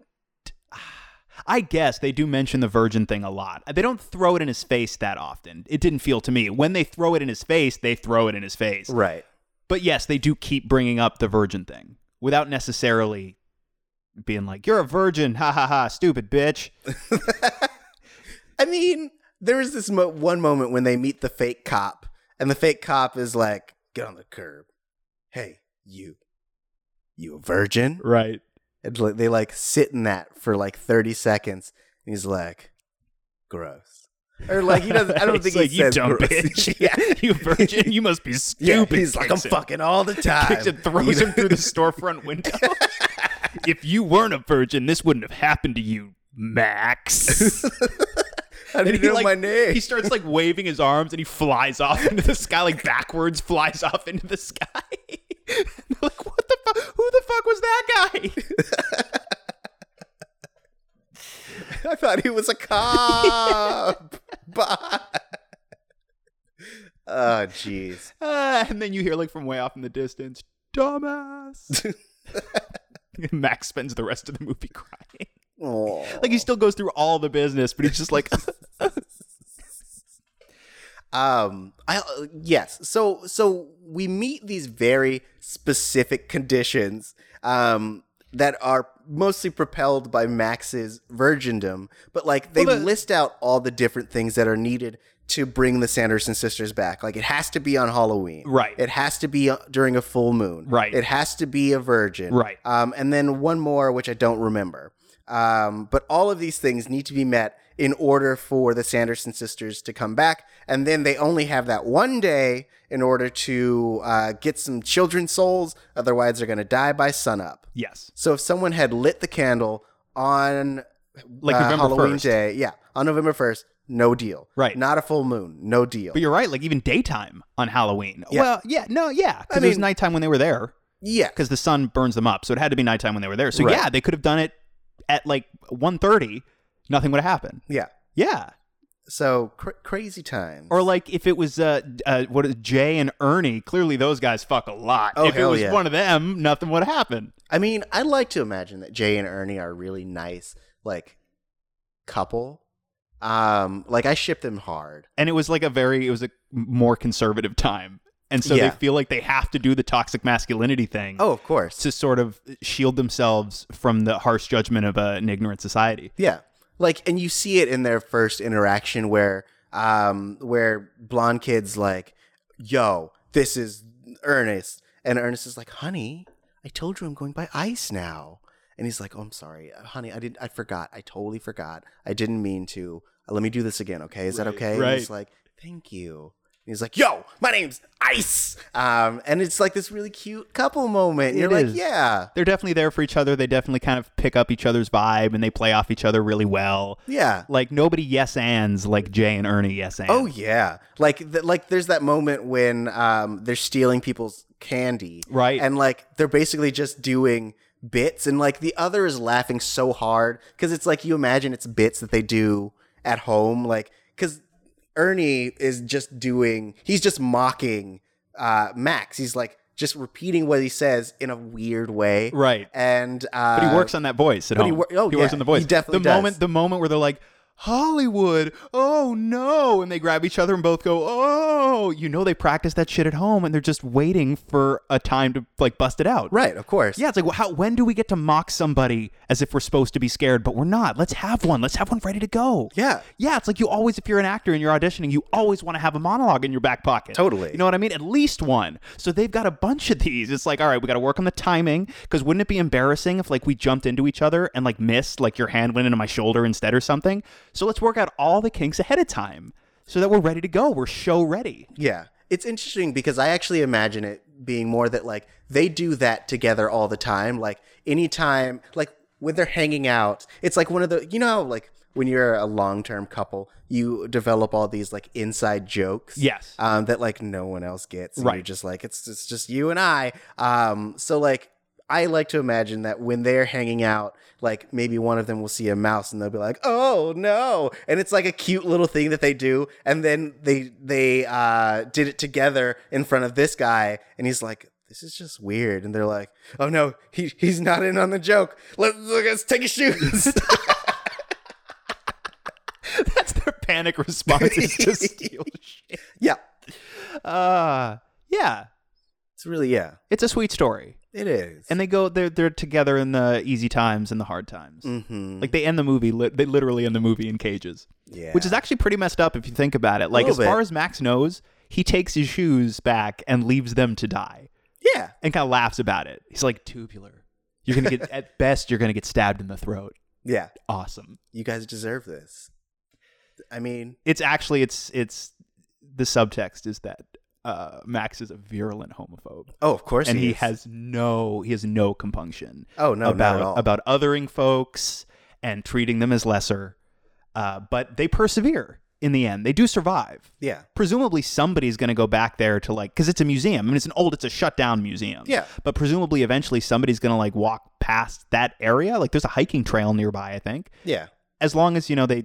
I guess they do mention the virgin thing a lot. They don't throw it in his face that often. It didn't feel to me. When they throw it in his face, they throw it in his face. Right. But yes, they do keep bringing up the virgin thing without necessarily being like, "You're a virgin, ha ha ha, stupid bitch." I mean, there is this mo- one moment when they meet the fake cop, and the fake cop is like, "Get on the curb, hey you, you a virgin?" Right. And like, they like sit in that for like 30 seconds. And he's like, gross. Or like, he doesn't, I don't It's think like, he you says dumb gross. bitch. yeah. you virgin, you must be Yeah, stupid. he's like, I'm Kicks it. fucking all the time. Kicks it, throws You him through the storefront window. if you weren't a virgin, this wouldn't have happened to you, Max. I And didn't he, know like- my name. He starts like waving his arms and he flies off into the sky, like backwards, flies off into the sky. They're like, what the fuck? Who the fuck was that guy? I thought he was a cop. Bye. Oh, jeez. Uh, and then you hear like from way off in the distance, dumbass. Max spends the rest of the movie crying. Oh. Like he still goes through all the business, but he's just like, Um, I yes. So so we meet these very specific conditions um that are mostly propelled by Max's virgindom, but like they Well, the- list out all the different things that are needed to bring the Sanderson sisters back. Like it has to be on Halloween. Right. It has to be uh, during a full moon. Right. It has to be a virgin. Right. Um and then one more which I don't remember. Um, but all of these things need to be met in order for the Sanderson sisters to come back. And then they only have that one day in order to uh, get some children's souls. Otherwise, they're going to die by sunup. yes, So if someone had lit the candle on like uh, November Halloween 1st. Day, yeah, on November 1st, no deal. Right. Not a full moon, no deal. But you're right, like even daytime on Halloween. Yeah. Well, yeah, no, yeah, because I it was mean- nighttime when they were there, yeah. because the sun burns them up, so it had to be nighttime when they were there. So Right. yeah, they could have done it at like 1.30. Nothing would have happened. Yeah. Yeah, So cr- crazy times. Or like if it was uh, uh what is Jay and Ernie, clearly those guys fuck a lot. Oh, if it hell was yeah. one of them, nothing would happen. I mean, I like to imagine that Jay and Ernie are a really nice, like, couple. Um, like I ship them hard. And it was like a very it was a more conservative time. And so Yeah. they feel like they have to do the toxic masculinity thing Oh, of course. to sort of shield themselves from the harsh judgment of uh, an ignorant society. Yeah. Like, and you see it in their first interaction where, um, where blonde kid's like, "Yo, this is Ernest," And Ernest is like, honey, I told you I'm going by ice now. And he's like, oh, I'm sorry, Uh, honey, I didn't, I forgot. I totally forgot. I didn't mean to. Uh, Let me do this again, okay? Is that Right, okay? And right. he's like, thank you. And he's like, yo, my name's Ice. Um, and it's like this really cute couple moment. And It you're like, is. yeah, They're definitely there for each other. They definitely kind of pick up each other's vibe and they play off each other really well. yeah. Like nobody yes ands like Jay and Ernie yes and. Oh yeah, like th- like there's that moment when um they're stealing people's candy, Right. And like they're basically just doing bits, and like the other is laughing so hard because it's like you imagine it's bits that they do at home, like because Ernie is just doing he's just mocking uh Max. He's like just repeating what he says in a weird way, Right. And uh, But he works on that voice at he home. wor- oh, works yeah, on the voice. he definitely the does. moment the moment where they're like Hollywood. Oh no, and they grab each other and both go, "Oh." You know they practice that shit at home and they're just waiting for a time to like bust it out. right, of course, Yeah, it's like well, how when do we get to mock somebody as if we're supposed to be scared but we're not? Let's have one. Let's have one ready to go. yeah. Yeah, it's like you always, if you're an actor and you're auditioning, you always want to have a monologue in your back pocket. Totally. You know what I mean? At least one. So they've got a bunch of these. It's like, all right, we got to work on the timing because wouldn't it be embarrassing if like we jumped into each other and like missed, like your hand went into my shoulder instead or something? So let's work out all the kinks ahead of time so that we're ready to go. We're show ready. Yeah. It's interesting because I actually imagine it being more that like they do that together all the time. Like anytime, like when they're hanging out, it's like one of the, you know, how, like when you're a long term couple, you develop all these like inside jokes. Yes. Um, that like no one else gets. and Right. You're just like, it's, it's just you and I. Um, so like, I like to imagine that when they're hanging out, like maybe one of them will see a mouse and they'll be like, "Oh no!" And it's like a cute little thing that they do, and then they they uh, did it together in front of this guy, and he's like, "This is just weird," and they're like, "Oh no, he he's not in on the joke. Let's let's take his shoes." That's their panic response is to steal shit. yeah, Uh, yeah, it's really yeah, it's a sweet story. it is. And they go, they're, they're together in the easy times and the hard times. mm-hmm. Like they end the movie, li- they literally end the movie in cages, yeah, which is actually pretty messed up if you think about it. Like as little far bit. as Max knows, he takes his shoes back and leaves them to die, yeah, and kind of laughs about it. He's like tubular. You're gonna get at best, you're gonna get stabbed in the throat. yeah. Awesome. You guys deserve this. I mean, It's actually it's it's the subtext is that uh, Max is a virulent homophobe, oh, of course, and he is. has no he has no compunction. Oh no, about not at all. about othering folks and treating them as lesser. Uh, but they persevere in the end. They do survive. yeah. Presumably, somebody's going to go back there to like because it's a museum. I mean, it's an old, it's a shut down museum. Yeah. But presumably, eventually, somebody's going to like walk past that area. Like, there's a hiking trail nearby. I think Yeah. as long as you know they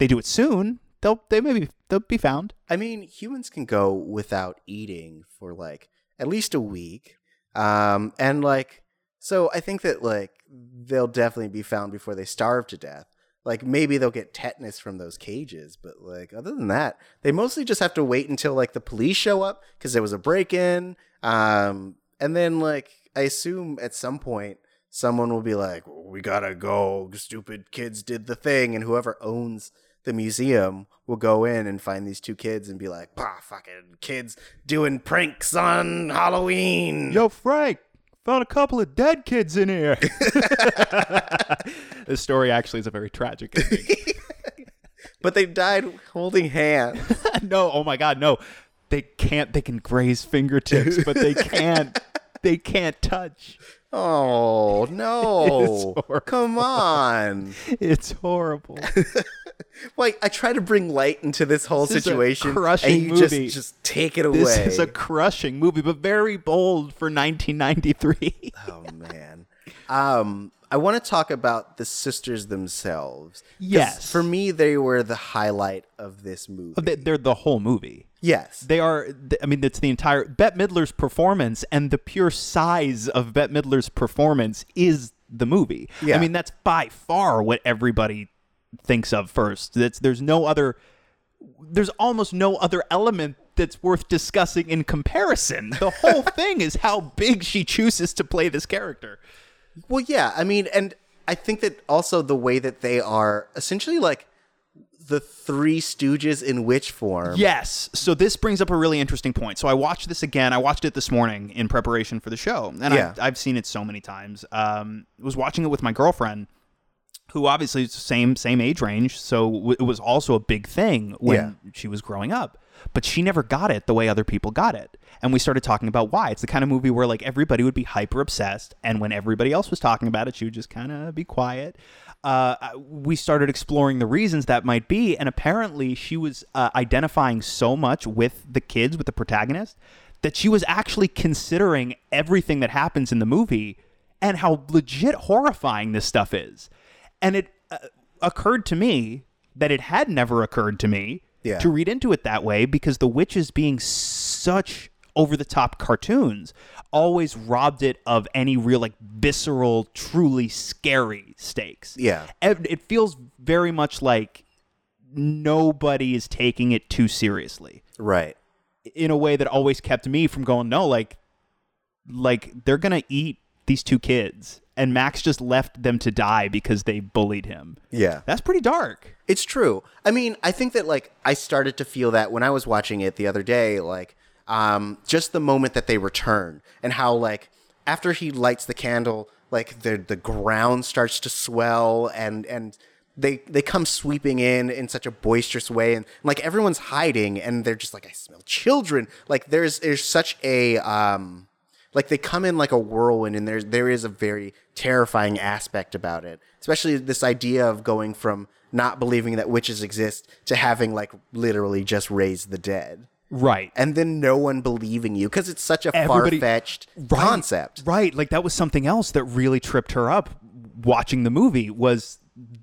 they do it soon, they'll they maybe they'll be found. I mean, humans can go without eating for like at least a week. Um, and like, so I think that like they'll definitely be found before they starve to death. Like maybe they'll get tetanus from those cages, but like other than that, they mostly just have to wait until like the police show up because there was a break in. Um, and then like I assume at some point someone will be like, "We gotta go. Stupid kids did the thing," and whoever owns the museum will go in and find these two kids and be like, "Bah, fucking kids doing pranks on Halloween." Yo, Frank, found a couple of dead kids in here. the story actually is a very tragic ending. But they died holding hands. no, oh my god, no. They can't they can graze fingertips, but they can't they can't touch. Oh It's horrible. no! Come on! It's horrible. Like I try to bring light into this whole This is a situation, crushing and you movie. just just take it away. this is a crushing movie, but very bold for 1993. Oh man. Um, I want to talk about the sisters themselves. 'Cause Yes. For me, they were the highlight of this movie. They- They're the whole movie. yes. They are. th- I mean, that's the entire Bette Midler's performance, and the pure size of Bette Midler's performance is the movie. Yeah. I mean, that's by far what everybody thinks of first. That's there's no other. There's almost no other element that's worth discussing in comparison. The whole thing is how big she chooses to play this character. well, yeah. I mean, and I think that also the way that they are essentially like the Three Stooges in witch form. Yes. So this brings up a really interesting point. So I watched this again. I watched it this morning in preparation for the show, and Yeah. I've, I've seen it so many times. Um, was watching it with my girlfriend, who obviously is the same same age range, so w- it was also a big thing when she was growing up. But she never got it the way other people got it, and we started talking about why. It's the kind of movie where like everybody would be hyper obsessed, and when everybody else was talking about it, she would just kind of be quiet. Uh, I- we started exploring the reasons that might be, and apparently she was uh, identifying so much with the kids, with the protagonist, that she was actually considering everything that happens in the movie and how legit horrifying this stuff is and it uh, occurred to me that it had never occurred to me Yeah. to read into it that way because the witches being such over the top cartoons always robbed it of any real like visceral truly scary stakes Yeah. Ev- it feels very much like nobody is taking it too seriously Right. in a way that always kept me from going no like like they're gonna eat these two kids and max just left them to die because they bullied him Yeah. that's pretty dark It's true. I mean, I think that like I started to feel that when I was watching it the other day, like um just the moment that they return and how like after he lights the candle, like the the ground starts to swell and and they they come sweeping in in such a boisterous way and like everyone's hiding and they're just like I smell children. Like there's there's such a um like they come in like a whirlwind and there's there is a very terrifying aspect about it especially this idea of going from not believing that witches exist to having like literally just raised the dead right and then no one believing you because it's such a Everybody- far-fetched Right, concept Right. Like that was something else that really tripped her up watching the movie was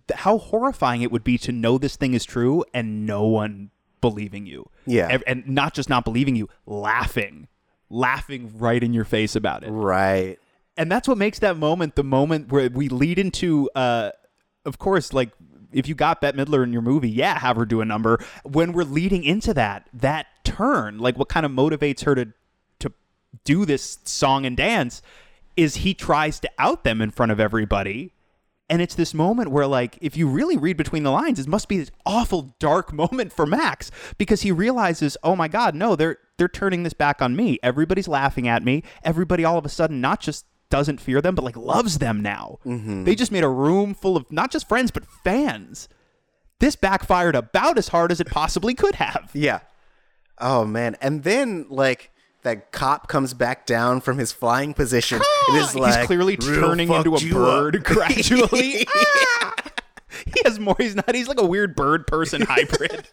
th- how horrifying it would be to know this thing is true and no one believing you. Yeah. Ev- And not just not believing you, laughing. Laughing right in your face about it. right And that's what makes that moment the moment where we lead into uh of course like if you got Bette Midler in your movie, yeah, have her do a number. When we're leading into that that turn, like what kind of motivates her to to do this song and dance is he tries to out them in front of everybody. And it's this moment where, like, if you really read between the lines, it must be this awful dark moment for Max because he realizes, oh my God, no, they're they're turning this back on me. Everybody's laughing at me. Everybody all of a sudden not just doesn't fear them, but like loves them now. They just made a room full of not just friends, but fans. This backfired about as hard as it possibly could have. yeah oh man and then like that cop comes back down from his flying position it is like Ah, he's clearly "Real turning fucked into a you up." bird gradually. Ah! He has more. He's not. He's like a weird bird person hybrid.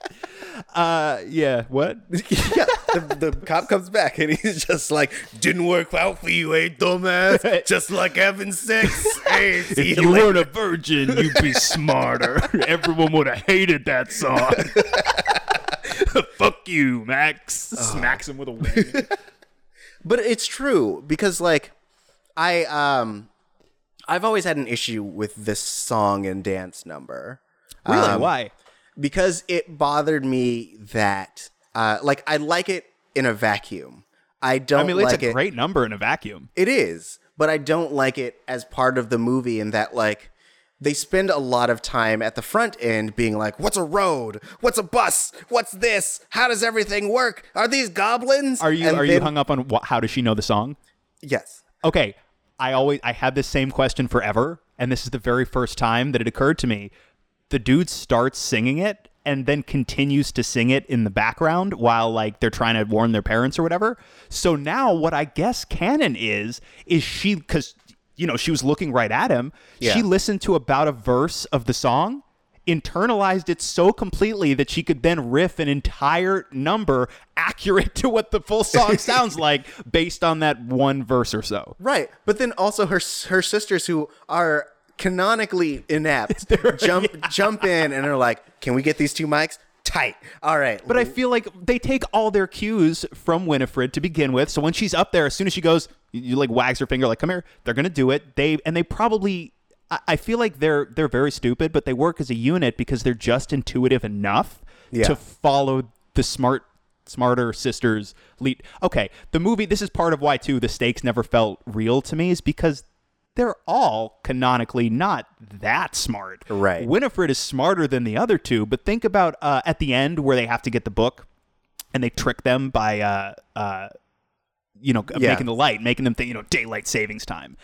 uh, yeah. What? yeah, the, the cop comes back and he's just like, "Didn't work out for you, eh, dumbass? Just like having sex. Hey, see you later." a virgin, you'd be smarter. Everyone would have hated that song. Fuck you, Max. Smacks him with a wing. But it's true because like, I um, I've always had an issue with this song and dance number. Really? Um, Why? because it bothered me that uh, like I like it in a vacuum. I don't I mean, it's like a it. great number in a vacuum. It is, but I don't like it as part of the movie in that like they spend a lot of time at the front end being like, "What's a road? What's a bus? What's this? How does everything work? Are these goblins?" Are you And are you then- hung up on wh- how does she know the song? Yes. okay i always i had this same question forever and this is the very first time that it occurred to me the dude starts singing it and then continues to sing it in the background while like they're trying to warn their parents or whatever so now what i guess canon is is she because you know she was looking right at him Yeah. she listened to about a verse of the song internalized it so completely that she could then riff an entire number accurate to what the full song sounds like based on that one verse or so Right. But then also her her sisters who are canonically inept jump jump in and are like, "Can we get these two mics?" Tight. All right. But I feel like they take all their cues from Winifred to begin with. So when she's up there, as soon as she goes, you, you, like wags her finger, like "Come here." They're gonna do it. They and they probably. I, I feel like they're they're very stupid, but they work as a unit because they're just intuitive enough Yeah. to follow the smart smarter sisters lead. Okay, the movie. This is part of why too the stakes never felt real to me is because they're all canonically not that smart. Right. Winifred is smarter than the other two, but think about uh, at the end where they have to get the book and they trick them by, uh, uh, you know, Yeah. making the light, making them think, you know, daylight savings time.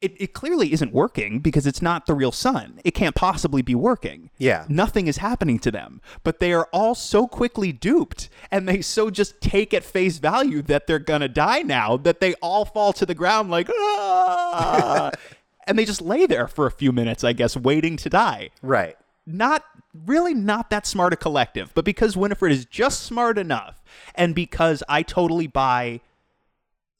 It, it clearly isn't working because it's not the real sun. It can't possibly be working. Yeah. Nothing is happening to them, but they are all so quickly duped and they so just take at face value that they're going to die now that they all fall to the ground like, ah. and they just lay there for a few minutes, I guess, waiting to die. Right. Not really not that smart a collective, but because Winifred is just smart enough and because I totally buy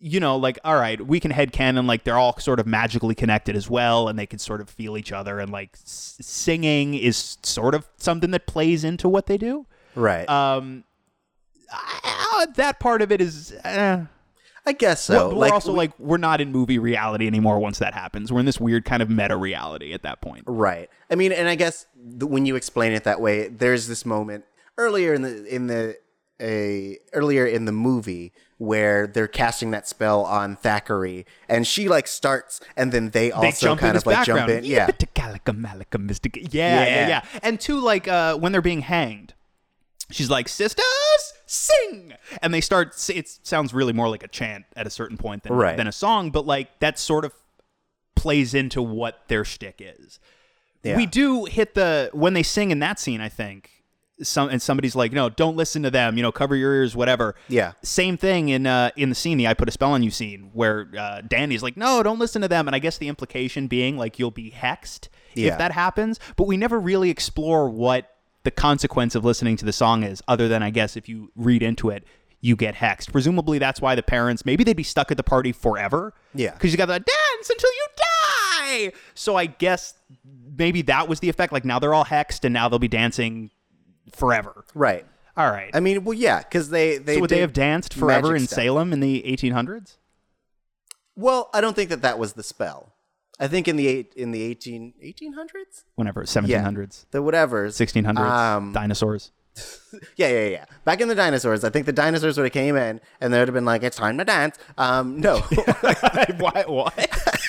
you know, like, all right, we can headcanon, like, they're all sort of magically connected as well, and they can sort of feel each other, and, like, s- singing is sort of something that plays into what they do. Right. Um, I- uh, that part of it is. Eh. I guess so. But we're like also, like, we're not in movie reality anymore once that happens. We're in this weird kind of meta reality at that point. Right. I mean, and I guess th- when you explain it that way, there's this moment earlier in the in the a earlier in the movie where they're casting that spell on Thackeray, and she like starts, and then they also They jump in kind his of like background. jump in. Yeah. Yippee-tickalika, malika, mystic- Yeah, yeah, Yeah. yeah, And two, like, uh, when they're being hanged, she's like, sisters, sing! And they start, s- it sounds really more like a chant at a certain point than, Right. than a song, but, like, that sort of plays into what their shtick is. Yeah. We do hit the, when they sing in that scene, I think, some and somebody's like, no, don't listen to them, you know, cover your ears, whatever. Yeah. Same thing in uh, in the scene, the I put a spell on you scene, where uh, Danny's like, no, don't listen to them. And I guess the implication being like you'll be hexed Yeah. if that happens. But we never really explore what the consequence of listening to the song is, other than I guess if you read into it, you get hexed. Presumably that's why the parents maybe they'd be stuck at the party forever. Yeah. Because you got to dance until you die. So I guess maybe that was the effect. Like now they're all hexed and now they'll be dancing forever. Right. All right. I mean, well, yeah, because they they so would they did have danced forever magic in stuff. Salem in the 1800s? Well, I don't think that that was the spell. I think in the eight in the 18, 1800s? Whenever, 1700s, Yeah. the whatever 1600s, Um, dinosaurs. Yeah, yeah, yeah. Back in the dinosaurs, I think the dinosaurs would have came in and they would have been like, "It's time to dance." Um, no, Why,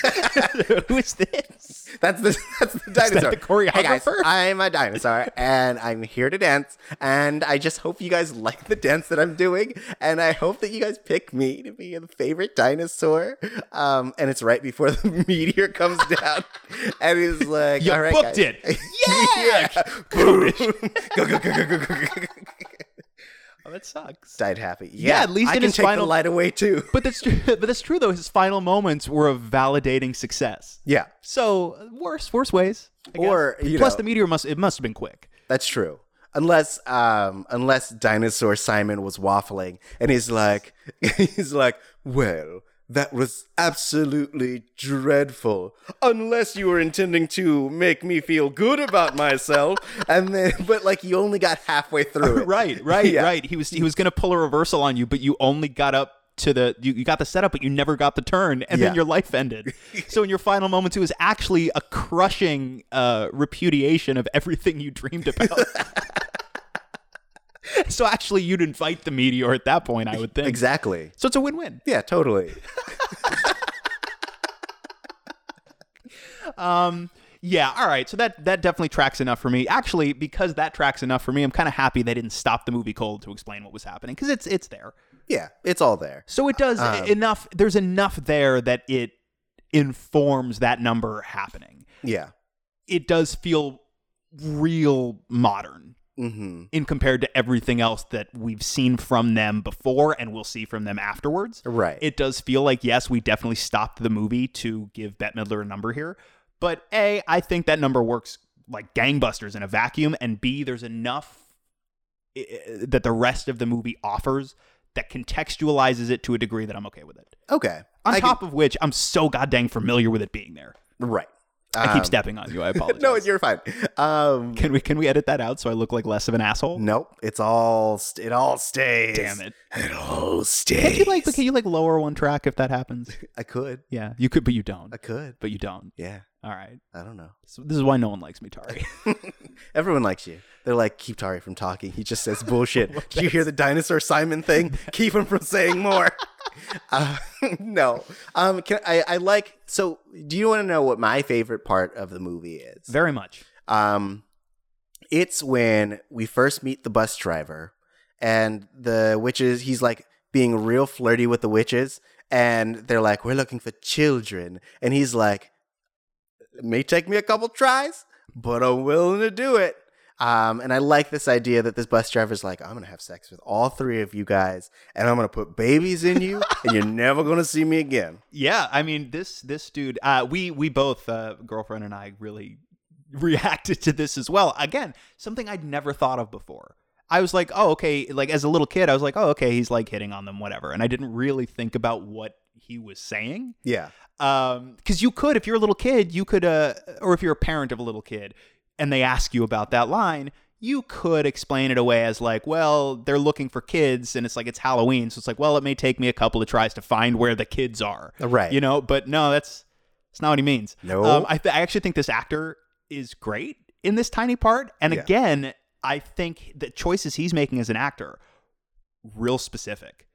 what? Who's this? that's the that's the dinosaur. the choreographer? Hey guys, I'm a dinosaur and I'm here to dance. And I just hope you guys like the dance that I'm doing. And I hope that you guys pick me to be your favorite dinosaur. Um, and it's right before the meteor comes down, and he's like, You "All right, booked guys." it. Yeah. Boom. go go go go go go go. go. oh, that sucks. Died happy. Yeah, at least I in can his take final- the light away too. But that's true. But that's true though. His final moments were of validating success. Yeah. So worse, worse ways. I guess. Or, you plus know- the meteor must it must have been quick. That's true. Unless um unless dinosaur Simon was waffling and he's like he's like, "Well, that was absolutely dreadful. Unless you were intending to make me feel good about myself." and then but like you only got halfway through it. Right, right, Yeah. right. He was he was gonna pull a reversal on you, but you only got up to the you, you got the setup, but you never got the turn, and Yeah. then your life ended. so in your final moments, it was actually a crushing uh, repudiation of everything you dreamed about. so actually, you'd invite the meteor at that point, I would think. Exactly. So it's a win-win. Yeah, totally. Um, Yeah, all right. So that that definitely tracks enough for me. Actually, because that tracks enough for me, I'm kind of happy they didn't stop the movie cold to explain what was happening because it's it's there. Yeah, it's all there. So it does enough. There's enough there that it informs that number happening. Yeah. It does feel real modern Mhm. in compared to everything else that we've seen from them before and we'll see from them afterwards. Right. It does feel like yes, we definitely stopped the movie to give Bette Midler a number here, but a I think that number works like gangbusters in a vacuum, and b there's enough i- i- that the rest of the movie offers that contextualizes it to a degree that I'm okay with it. okay. On I top of which, I'm so goddamn familiar with it being there. can, right. I keep Um, stepping on you. I apologize. No, you're fine. Um can we can we edit that out so I look like less of an asshole? Nope, it's all st- it all stays. Damn it. It all Can you stays. like can you like lower one track if that happens? I could, Yeah, you could, but you don't. I could. But you don't. Yeah, All right. I don't know. So this is why no one likes me, Tari. Everyone likes you. They're like, keep Tari from talking. He just says bullshit. Did you hear the dinosaur Simon thing? keep him from saying more. Uh, no. Um, can, I, I like. So, do you want to know what my favorite part of the movie is? Very much. Um, it's when we first meet the bus driver, and the witches. He's like being real flirty with the witches, and they're like, "We're looking for children," and he's like, "It "May take me a couple tries, but I'm willing to do it." Um, and I like this idea that this bus driver's like, "I'm gonna have sex with all three of you guys, and I'm gonna put babies in you, and you're never gonna see me again." Yeah, I mean this this dude. Uh, we we both uh, girlfriend and I really reacted to this as well. Again, something I'd never thought of before. I was like, oh okay, like as a little kid, I was like, oh okay, he's like hitting on them, whatever. And I didn't really think about what he was saying. Yeah, Um, because you could, if you're a little kid, you could, uh, or if you're a parent of a little kid, and they ask you about that line, you could explain it away as like, well, they're looking for kids, and it's like it's Halloween, so it's like, well, it may take me a couple of tries to find where the kids are, right. you know. But no, that's that's not what he means. No. um, I, th- I actually think this actor is great in this tiny part, and Yeah. again, I think the choices he's making as an actor, real specific.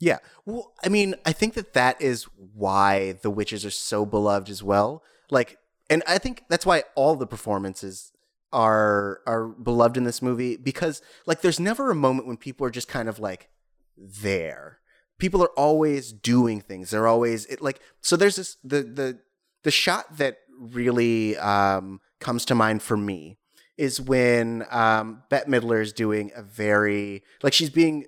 Yeah. Well, I mean, I think that that is why the witches are so beloved as well. Like, and I think that's why all the performances are are beloved in this movie because like there's never a moment when people are just kind of like there. People are always doing things. They're always it, like so there's this the the the shot that really um comes to mind for me is when um Bette Midler is doing a very like she's being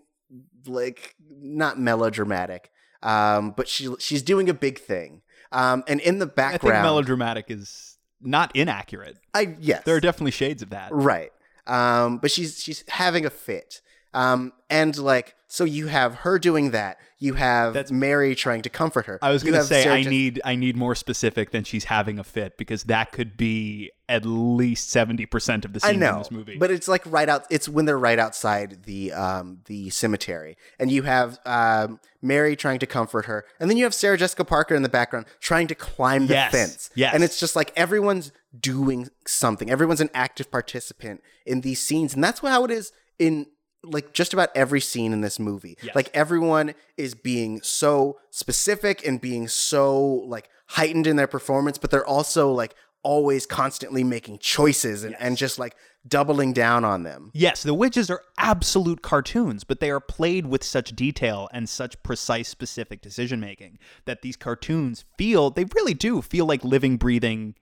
like not melodramatic, um, but she she's doing a big thing. Um, and in the I think background, melodramatic is not inaccurate. I yes, There are definitely shades of that. right. Um, but she's she's having a fit. Um, and like so, you have her doing that. You have That's- Mary trying to comfort her. I was You going to have say Sarah I Jess- need I need more specific than she's having a fit because that could be at least 70% of the I scenes in know, this movie. but it's like right out. It's when they're right outside the um the cemetery, and you have um Mary trying to comfort her, and then you have Sarah Jessica Parker in the background trying to climb the Yes, fence. yes. and it's just like everyone's doing something. Everyone's an active participant in these scenes, and that's how it is in like just about every scene in this movie. Yes. Like everyone is being so specific and being so like heightened in their performance, but they're also like always constantly making choices and, and just like doubling down on them. yes, the witches are absolute cartoons, but they are played with such detail and such precise specific decision making that these cartoons feel they really do feel like living breathing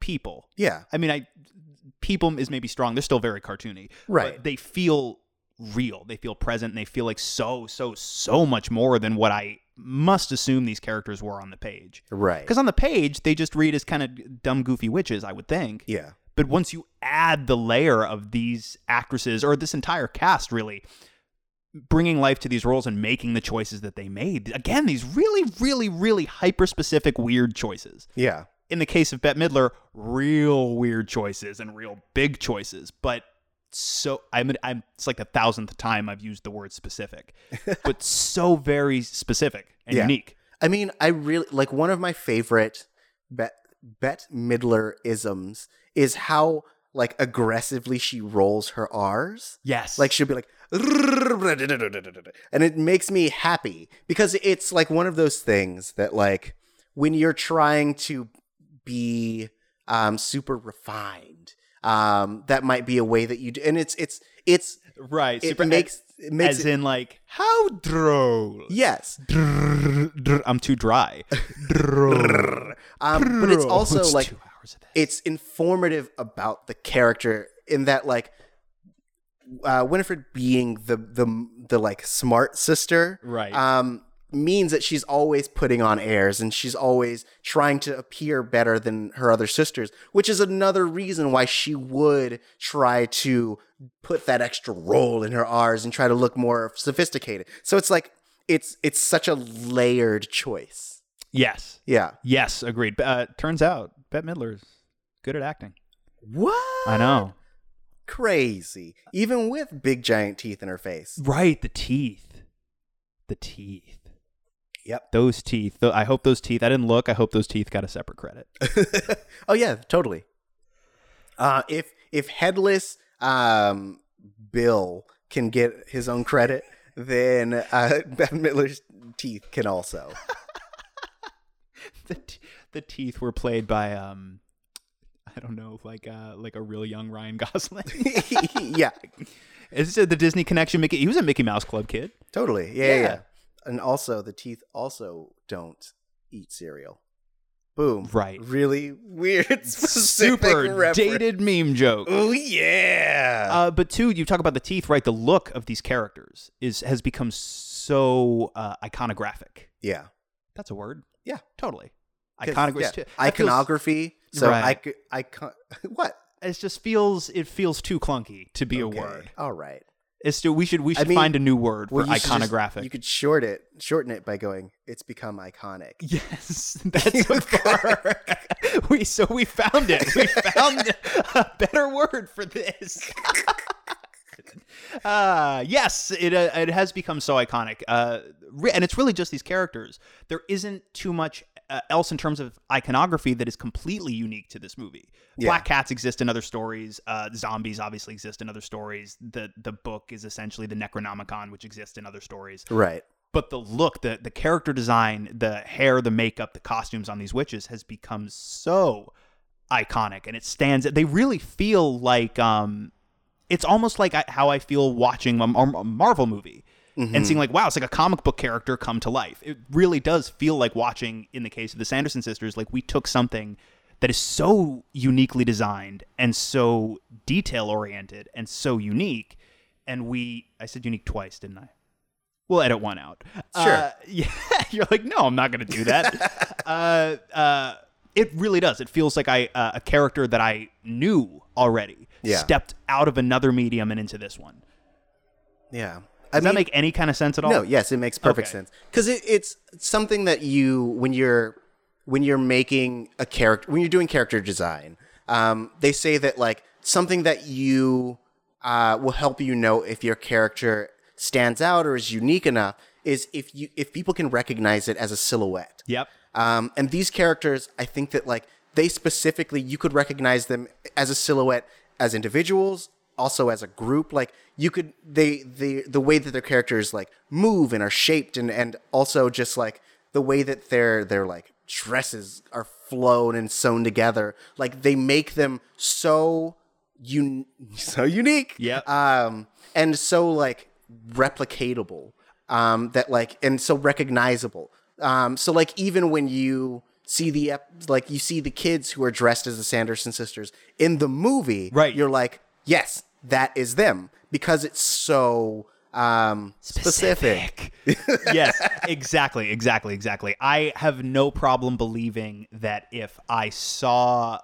people. Yeah. I mean, I people is maybe strong. They're still very cartoony, Right. But they feel real. They feel present. And they feel like so, so, so much more than what I must assume these characters were on the page. Right. Because on the page, they just read as kind of dumb, goofy witches, I would think. Yeah. But once you add the layer of these actresses or this entire cast, really bringing life to these roles and making the choices that they made, again, these really, really, really hyper specific, weird choices Yeah. in the case of Bette Midler, real weird choices and real big choices. But so I'm, I'm it's like the thousandth time I've used the word specific, but so very specific and Yeah. unique. I mean, I really like one of my favorite Bet Bet Midler isms is how like aggressively she rolls her R's. Yes, Like she'll be like, and it makes me happy because it's like one of those things that like when you're trying to be um, super refined, um, that might be a way that you do, and it's it's it's right. it Super- e, makes it makes as it, in like how droll. yes, Drrr, drrr, I'm too dry. Drrr. um, but it's also It's like two hours of this. it's informative about the character in that like uh, Winifred being the the the like smart sister, Right. Um, means that she's always putting on airs and she's always trying to appear better than her other sisters, which is another reason why she would try to put that extra roll in her R's and try to look more sophisticated. So it's like it's it's such a layered choice. yes, Yeah. yes, agreed. Uh, turns out Bette Midler is good at acting. What? I know. crazy, even with big giant teeth in her face. Right, the teeth. The teeth. Yep. Those teeth. Tho- I hope those teeth. I didn't look. I hope those teeth got a separate credit. oh yeah, totally. Uh, if if headless um, Bill can get his own credit, then uh, Bette Midler's teeth can also. the, t- the teeth were played by um I don't know, like uh like a real young Ryan Gosling. yeah, Is this the Disney connection? Mickey, he was a Mickey Mouse Club kid. totally. Yeah, yeah, Yeah. yeah. And also, the teeth also don't eat cereal. Boom. Right. Really weird, specific Super reference. dated meme joke. Oh yeah. Uh, but two, you talk about the teeth, right? The look of these characters is has become so uh, iconographic. yeah. That's a word. Yeah. totally. 'Cause, Iconography. yeah, Iconography. So I Right. could. Icon. What? It just feels it feels too clunky to be Okay, a word. All right. It's still, we should we I should mean, find a new word for Well, you should just- iconographic. you could short it, shorten it by going. It's become iconic. Yes, that's a bar. we so we found it. We found a better word for this. uh yes, it uh, it has become so iconic. Uh re- and it's really just these characters. There isn't too much uh, else in terms of iconography that is completely unique to this movie. Yeah. Black cats exist in other stories. Uh, zombies obviously exist in other stories. The the book is essentially the Necronomicon, which exists in other stories Right. but the look the the character design the hair the makeup the costumes on these witches has become so iconic and it stands they really feel like um it's almost like I, how i feel watching a, Mar- a marvel movie Mm-hmm. and seeing like wow it's like a comic book character come to life it really does feel like watching in the case of the sanderson sisters like we took something that is so uniquely designed and so detail oriented and so unique and we i said unique twice didn't i we'll edit one out. Sure. Uh, yeah, you're like, no, I'm not going to do that. uh, uh, it really does. It feels like I uh, a character that I knew already Yeah. stepped out of another medium and into this one. Yeah. I Does that make any kind of sense at all? No, yes, it makes perfect Okay. sense because it, it's something that you when you're when you're making a character when you're doing character design, um, they say that like something that you uh, will help you know if your character stands out or is unique enough is if you if people can recognize it as a silhouette. Yep. Um, and these characters, I think that like they specifically, you could recognize them as a silhouette, as individuals, also as a group. Like you could, they, the the way that their characters like move and are shaped, and and also just like the way that their their like dresses are flown and sewn together. Like they make them so un- so unique. Yep. Um, and so like replicatable. Um, that like and so recognizable. Um, so like even when you see the ep- like you see the kids who are dressed as the Sanderson sisters in the movie, Right. You're like, yes, that is them because it's so um specific. yes, exactly, exactly, exactly. I have no problem believing that if I saw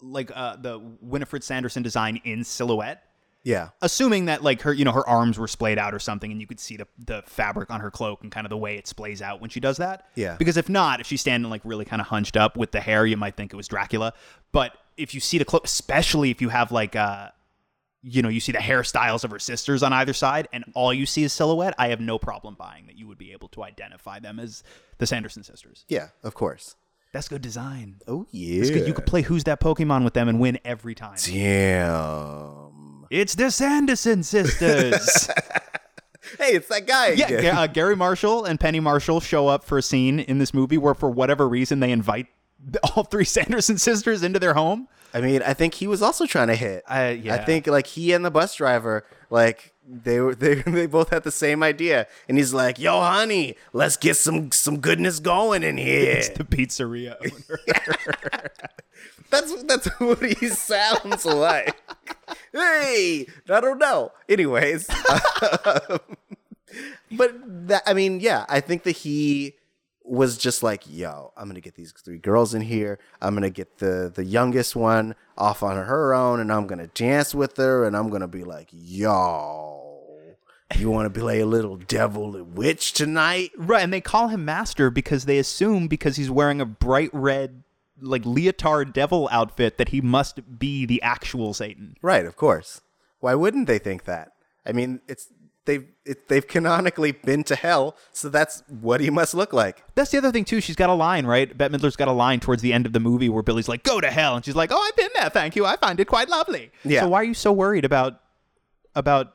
like uh, the Winifred Sanderson design in silhouette, Yeah. assuming that like her you know her arms were splayed out or something and you could see the the fabric on her cloak and kind of the way it splays out when she does that Yeah. because if not if she's standing like really kind of hunched up with the hair you might think it was dracula but if you see the cloak especially if you have like uh you know you see the hairstyles of her sisters on either side and all you see is silhouette i have no problem buying that you would be able to identify them as the sanderson sisters Yeah, of course. that's good design Oh yeah. It's good. you could play who's that pokemon with them and win every time Damn. it's the sanderson sisters Hey, it's that guy. Yeah, again. Ga- uh, Gary Marshall and Penny Marshall show up for a scene in this movie where, for whatever reason, they invite the- all three Sanderson sisters into their home. I mean, I think he was also trying to hit. I- yeah. I think like he and the bus driver, like they were they they both had the same idea, and he's like, "Yo, honey, let's get some some goodness going in here." It's the pizzeria owner. that's that's what he sounds like. hey, I don't know. Anyways, um, but that I mean, yeah, I think that he was just like, "Yo, I'm gonna get these three girls in here. I'm gonna get the the youngest one off on her own, and I'm gonna dance with her, and I'm gonna be like, yo, you want to play a little devil and witch tonight?" right, and they call him Master because they assume because he's wearing a bright red like leotard devil outfit that he must be the actual Satan. Right, of course. Why wouldn't they think that? I mean, it's they've it, they've canonically been to hell, so that's what he must look like. That's the other thing too. She's got a line, right? Bette Midler's got a line towards the end of the movie where Billy's like, "Go to hell," and she's like, "Oh, I've been there, thank you. I find it quite lovely." Yeah. So why are you so worried about about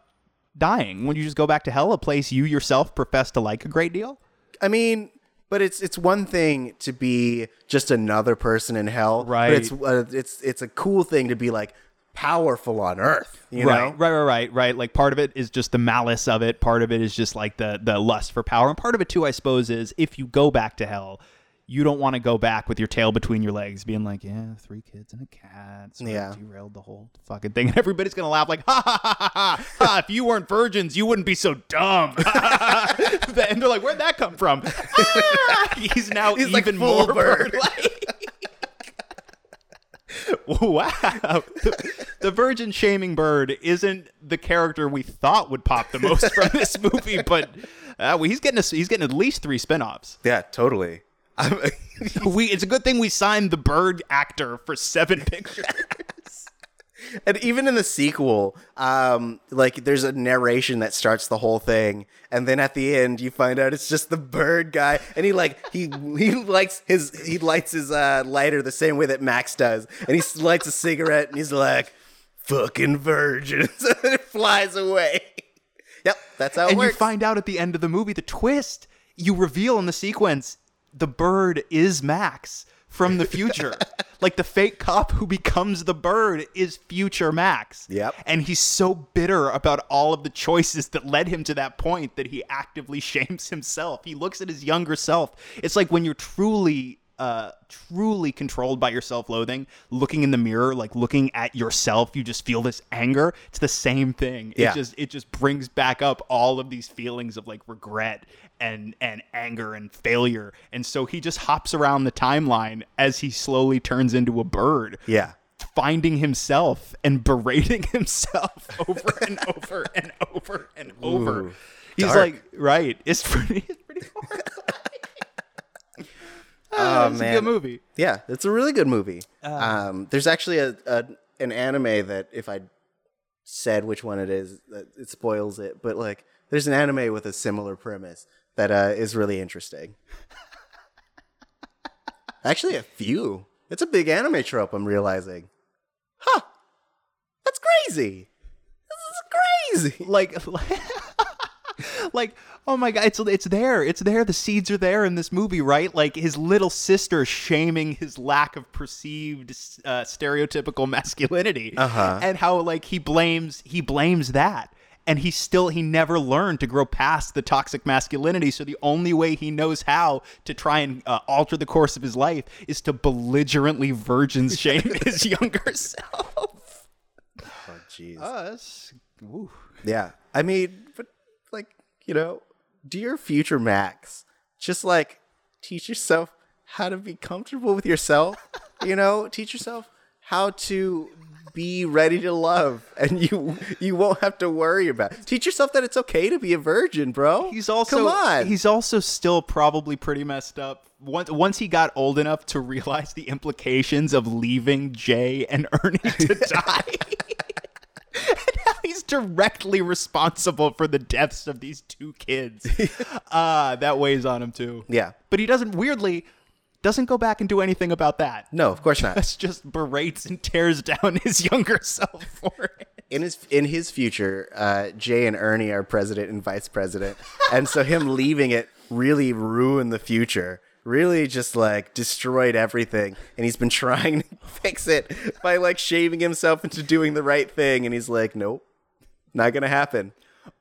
dying? Wouldn't you just go back to hell, a place you yourself profess to like a great deal? I mean, but it's it's one thing to be just another person in hell, Right. But it's uh, it's it's a cool thing to be like powerful on Earth, you know? right, right, right, right, right. Like part of it is just the malice of it. Part of it is just like the the lust for power, and part of it too, I suppose, is if you go back to hell, you don't want to go back with your tail between your legs, being like, yeah, three kids and a cat, sort of Yeah. derailed the whole fucking thing, and everybody's gonna laugh like, ha ha ha ha ha. ha if you weren't virgins, you wouldn't be so dumb. and they're like, where'd that come from? Ah! He's now He's like even full more bird. bird-like. Wow. The, the virgin shaming bird isn't the character we thought would pop the most from this movie, but uh, well, he's getting a, he's getting at least three spinoffs. Yeah, totally. I'm, We it's a good thing we signed the bird actor for seven pictures. and even in the sequel, um, like there's a narration that starts the whole thing, and then at the end you find out it's just the bird guy, and he like he he likes his he lights his uh, lighter the same way that Max does, and he s- lights a cigarette, and he's like, "Fucking virgins," and it flies away. Yep, that's how it and you works. find out at the end of the movie the twist. You reveal in the sequence the bird is Max from the future. like the fake cop who becomes the bird is future Max. Yep. And he's so bitter about all of the choices that led him to that point that he actively shames himself. He looks at his younger self. It's like when you're truly uh truly controlled by your self-loathing looking in the mirror like looking at yourself you just feel this anger it's the same thing Yeah. it just it just brings back up all of these feelings of like regret and and anger and failure and so he just hops around the timeline as he slowly turns into a bird yeah. finding himself and berating himself over and over and over and over. Ooh, He's dark. like, right, it's pretty, it's pretty hard. Oh it's man, a good movie. Yeah, it's a really good movie. um, there's actually a, a an anime that if I said which one it is, that it spoils it. But like, there's an anime with a similar premise that uh, is really interesting. actually, a few. It's a big anime trope. I'm realizing. Huh? That's crazy. This is crazy. Like, like, oh my god, it's it's there, it's there. The seeds are there in this movie, right? Like his little sister shaming his lack of perceived uh, stereotypical masculinity, Uh-huh. and how like he blames he blames that. And he still he never learned to grow past the toxic masculinity. So the only way he knows how to try and uh, alter the course of his life is to belligerently virgin shame his younger self. Oh jeez. Us, Yeah. I mean, but like, you know, dear future Max, just like teach yourself how to be comfortable with yourself, you know, teach yourself how to be ready to love and you you won't have to worry about. Teach yourself that it's okay to be a virgin, bro. He's also Come on. he's also still probably pretty messed up. Once once he got old enough to realize the implications of leaving Jay and Ernie to die. And now He's directly responsible for the deaths of these two kids. Ah, that weighs on him too. Yeah. But he doesn't weirdly doesn't go back and do anything about that. No, of course not. That's just berates and tears down his younger self for it. in his in his future, uh, Jay and Ernie are president and vice president, and so him leaving it really ruined the future. Really, just like destroyed everything, and he's been trying to fix it by like shaving himself into doing the right thing, and he's like, nope, not gonna happen.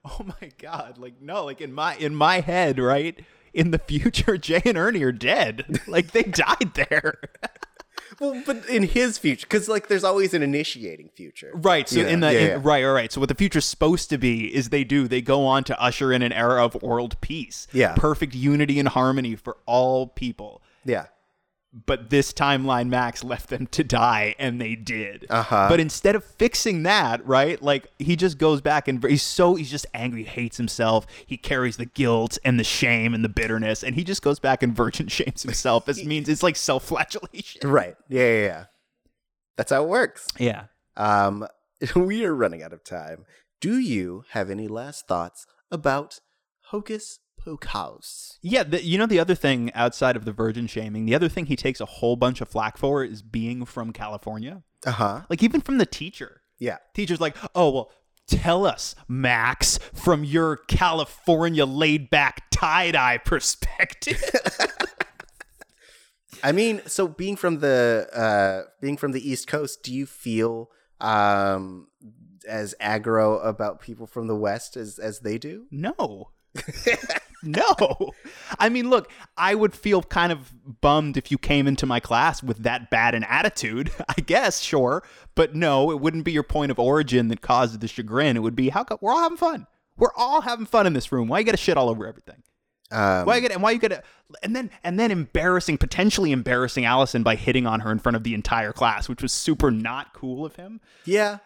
oh my god like no like in my in my head right in the future jay and ernie are dead like they died there Well, but in his future, because like there's always an initiating future, right so You know? in the Yeah, in, yeah. right all right so what the future's supposed to be is they do they go on to usher in an era of world peace Yeah. perfect unity and harmony for all people yeah, but this timeline max left them to die and they did Uh-huh. but instead of fixing that right like he just goes back and he's so he's just angry he hates himself he carries the guilt and the shame and the bitterness and he just goes back and virgin shames himself as means it's like self-flagellation right, yeah, yeah, yeah. That's how it works. yeah Um, we are running out of time. Do you have any last thoughts about Hocus Pocus? yeah the, you know the other thing outside of the virgin shaming the other thing he takes a whole bunch of flack for is being from california Uh huh. Uh-huh. like even from the teacher Yeah. teacher's like, oh well, Tell us, Max, from your California laid back tie dye perspective. I mean, so being from the uh, being from the East Coast, do you feel um, as aggro about people from the West as as they do? No. no. I mean, look, I would feel kind of bummed if you came into my class with that bad an attitude, I guess, sure. But no, it wouldn't be your point of origin that caused the chagrin. It would be how come we're all having fun. We're all having fun in this room. Why you gotta shit all over everything? Um, Why you gotta and why you gotta and then and then embarrassing, potentially embarrassing Allison by hitting on her in front of the entire class, which was super not cool of him. yeah,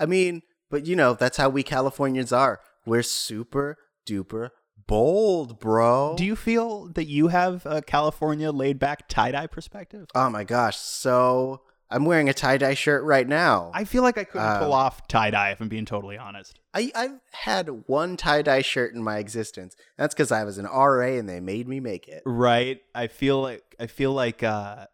I mean, but you know, that's how we Californians are. We're super duper bold, bro. Do you feel that you have a California laid back tie dye perspective? Oh my gosh! So I'm wearing a tie dye shirt right now. I feel like I couldn't Um, pull off tie dye if I'm being totally honest. I, I've had one tie dye shirt in my existence. That's because I was an RA and they made me make it. Right? I feel like I feel like uh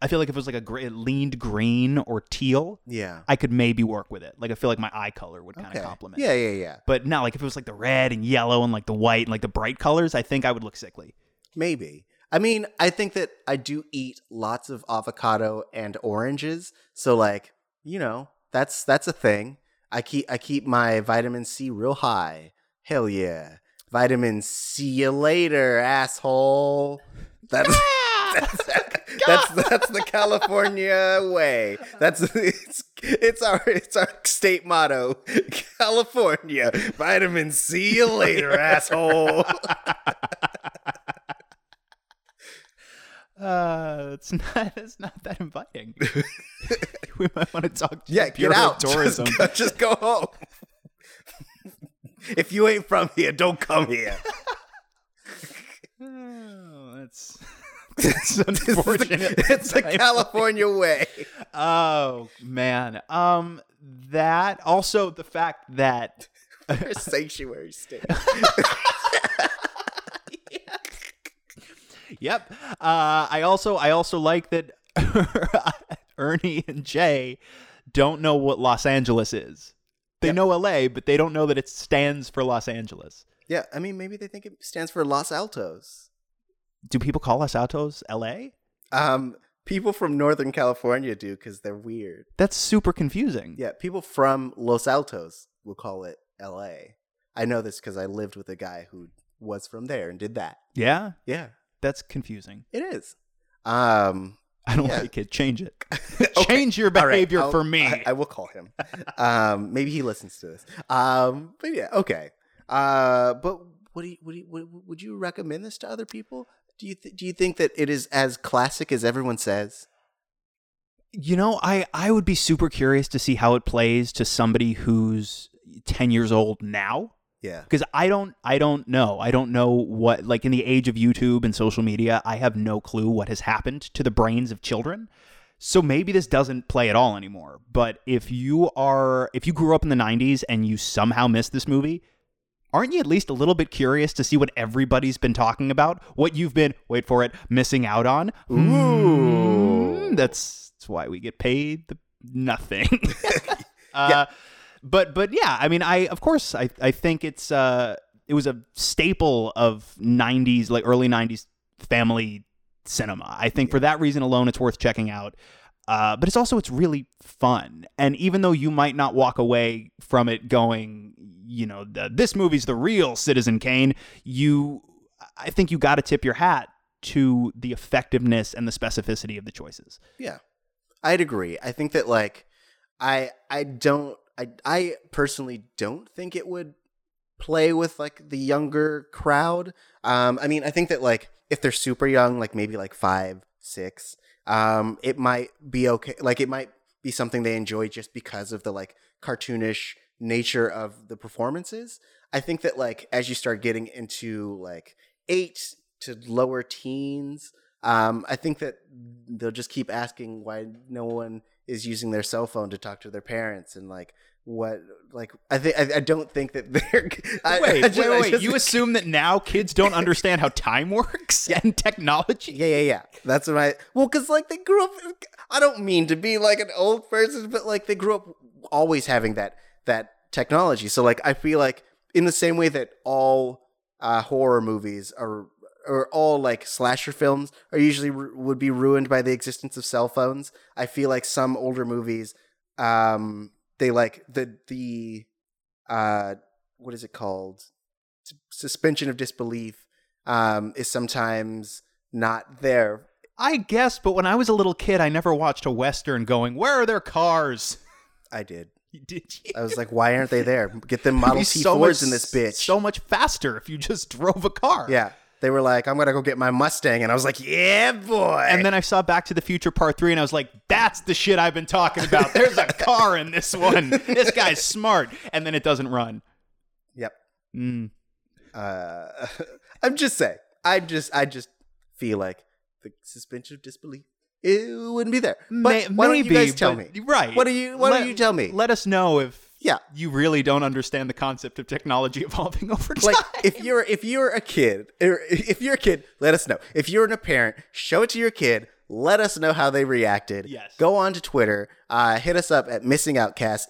I feel like if it was like a gr- it leaned green or teal, Yeah. I could maybe work with it. Like I feel like my eye color would kind of Okay. complement. Yeah, yeah, yeah. But not like if it was like the red and yellow and like the white and like the bright colors, I think I would look sickly. Maybe. I mean, I think that I do eat lots of avocado and oranges. So like, you know, that's that's a thing. I keep I keep my vitamin C real high. Hell yeah. Vitamin see you later, asshole. That's that's, that's that's the California way. That's it's it's our it's our state motto. California, vitamin C you later, asshole. Uh, it's not. It's not that inviting. we might want to talk. To Yeah, the get Bureau of out. Tourism. Just go, just go home. if you ain't from here, don't come here. Oh, that's that's This is the- unfortunate. it's the California way. oh man. Um, that also the fact that We're sanctuary state. yep. Uh, I also I also like that Ernie and Jay don't know what Los Angeles is. They know LA, but they don't know that it stands for Los Angeles. Yeah, I mean, maybe they think it stands for Los Altos. Do people call Los Altos LA? Um, people from Northern California do because they're weird. That's super confusing. Yeah, people from Los Altos will call it L.A. I know this because I lived with a guy who was from there and did that. Yeah, Yeah, that's confusing. it is. Um, I don't Yeah. like it. Change it. Okay. Change your All right, behavior I'll- for me. I, I will call him. um, maybe he listens to this. Um, but yeah, okay. Uh, but what do you, what do you, what, would you recommend this to other people? Do you th- do you think that it is as classic as everyone says? you know, I I would be super curious to see how it plays to somebody who's 10 years old now Yeah, because I don't I don't know. I don't know what like in the age of YouTube and social media, I have no clue what has happened to the brains of children. So maybe this doesn't play at all anymore. But if you are if you grew up in the 90s and you somehow missed this movie, aren't you at least a little bit curious to see what everybody's been talking about? What you've been wait for it, missing out on? Ooh. Mm, that's that's why we get paid the nothing. Uh, but but yeah, I mean, I of course I I think it's uh it was a staple of '90s like early '90s family cinema. I think for that reason alone, it's worth checking out. Uh, but it's also it's really fun, and even though you might not walk away from it going, you know, the, this movie's the real Citizen Kane, you I think you got to tip your hat to the effectiveness and the specificity of the choices. yeah, I'd agree. I think that like I I don't I I personally don't think it would play with like the younger crowd. Um, I mean, I think that like if they're super young, like maybe like five, six, um, it might be okay. Like it might be something they enjoy just because of the like cartoonish nature of the performances. I think that like as you start getting into like eight to lower teens, um, I think that they'll just keep asking why no one is using their cell phone to talk to their parents and like what like I think I I don't think that they're I, wait, I just- wait, I wait. just- You assume that now kids don't understand how time works and technology? Yeah, yeah, yeah. That's what I. Well, because like they grew up. I don't mean to be like an old person, but like they grew up always having that that technology. So like I feel like in the same way that all uh, horror movies are or all like slasher films are usually ru- would be ruined by the existence of cell phones. I feel like some older movies um they like the the uh what is it called S- suspension of disbelief um is sometimes not there. I guess, but when I was a little kid, I never watched a Western going, Where are their cars? I did. Did you? I was like why aren't they there? Get them Model It'd be T4s so much- in this bitch. So much faster if you just drove a car. Yeah. They were like, I'm going to go get my Mustang. And I was like, yeah, boy. And then I saw Back to the Future Part 3 and I was like, that's the shit I've been talking about. There's a car in this one. This guy's smart. And then it doesn't run. Yep. Mm. Uh, I'm just saying. I just, I just feel like the suspension of disbelief it wouldn't be there. But May- why don't you maybe, guys tell but- me? Right. What do you? Why Let- don't you tell me? Let us know if Yeah. you really don't understand the concept of technology evolving over time. like if you're if you're a kid or if you're a kid let us know if you're a parent show it to your kid let us know how they reacted Yes. go on to twitter uh, hit us up at missing outcast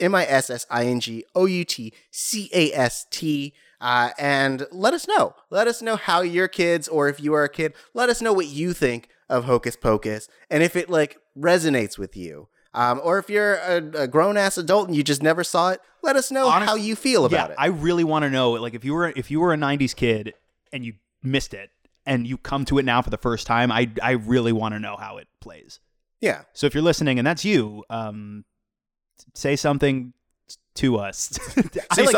m-i-s-s-i-n-g-o-u-t-c-a-s-t uh, and let us know let us know how your kids or if you are a kid let us know what you think of hocus pocus and if it like resonates with you um, or if you're a, a grown-ass adult and you just never saw it let us know Honest- how you feel about yeah, it I really want to know. Like, if you were if you were a '90s kid and you missed it, and you come to it now for the first time, I I really want to know how it plays. yeah So if you're listening and that's you, um, say something t- to us. I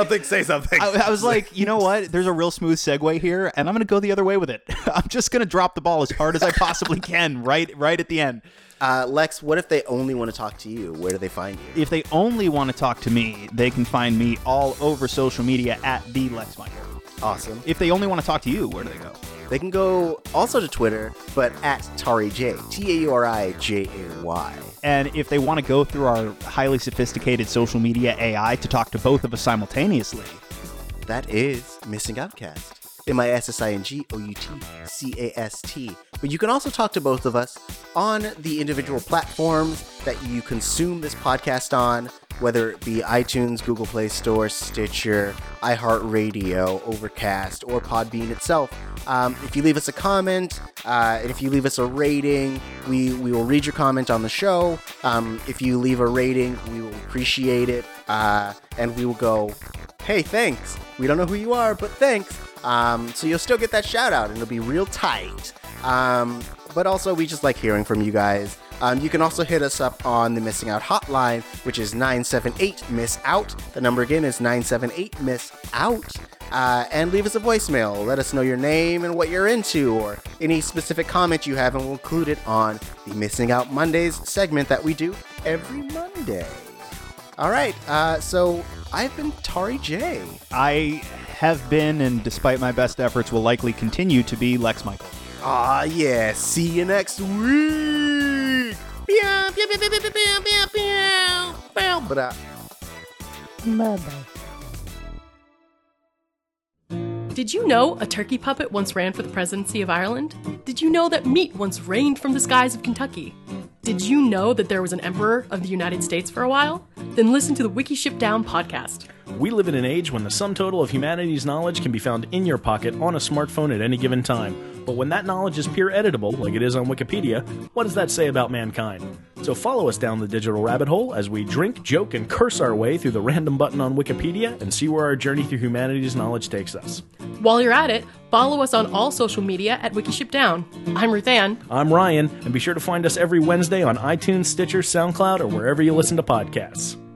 like- say something. I, I was like, you know what? There's a real smooth segue here, and I'm gonna go the other way with it. I'm just gonna drop the ball as hard as I possibly can, right, right at the end. uh, Lex, what if they only want to talk to you? Where do they find you? If they only want to talk to me, they can find me all over social media at the Lex Minor. Awesome. If they only want to talk to you, where do they go? They can go also to Twitter, but at Tari J, T A U R I J A Y. And if they want to go through our highly sophisticated social media AI to talk to both of us simultaneously, That is Missing Outcast. M I S S I N G O U T C A S T. But you can also talk to both of us on the individual platforms that you consume this podcast on, whether it be iTunes, Google Play Store, Stitcher, iHeartRadio, Overcast, or Podbean itself. Um, if you leave us a comment, uh, and if you leave us a rating, we, we will read your comment on the show. Um, if you leave a rating, we will appreciate it, uh, and we will go hey, thanks. We don't know who you are, but thanks. Um, so you'll still get that shout out and it'll be real tight. Um, but also, we just like hearing from you guys. Um, you can also hit us up on the Missing Out hotline, which is 978 Miss Out. The number again is 978 Miss Out. Uh, and leave us a voicemail. Let us know your name and what you're into, or any specific comment you have, and we'll include it on the Missing Out Mondays segment that we do every Monday. All right. Uh, so I've been Tari J. I have been, and despite my best efforts, will likely continue to be Lex Michael. Ah, yeah. See you next week. Meow, meow, meow, meow, meow, meow, meow, meow. But uh, Did you know a turkey puppet once ran for the presidency of Ireland? Did you know that meat once rained from the skies of Kentucky? Did you know that there was an emperor of the United States for a while? Then listen to the Wiki Ship Down podcast. We live in an age when the sum total of humanity's knowledge can be found in your pocket on a smartphone at any given time. But when that knowledge is peer editable, like it is on Wikipedia, what does that say about mankind? So follow us down the digital rabbit hole as we drink, joke, and curse our way through the random button on Wikipedia and see where our journey through humanity's knowledge takes us. While you're at it, follow us on all social media at Wiki Ship Down. I'm Ruth Ann. I'm Ryan, and be sure to find us every Wednesday on iTunes, Stitcher, SoundCloud, or wherever you listen to podcasts.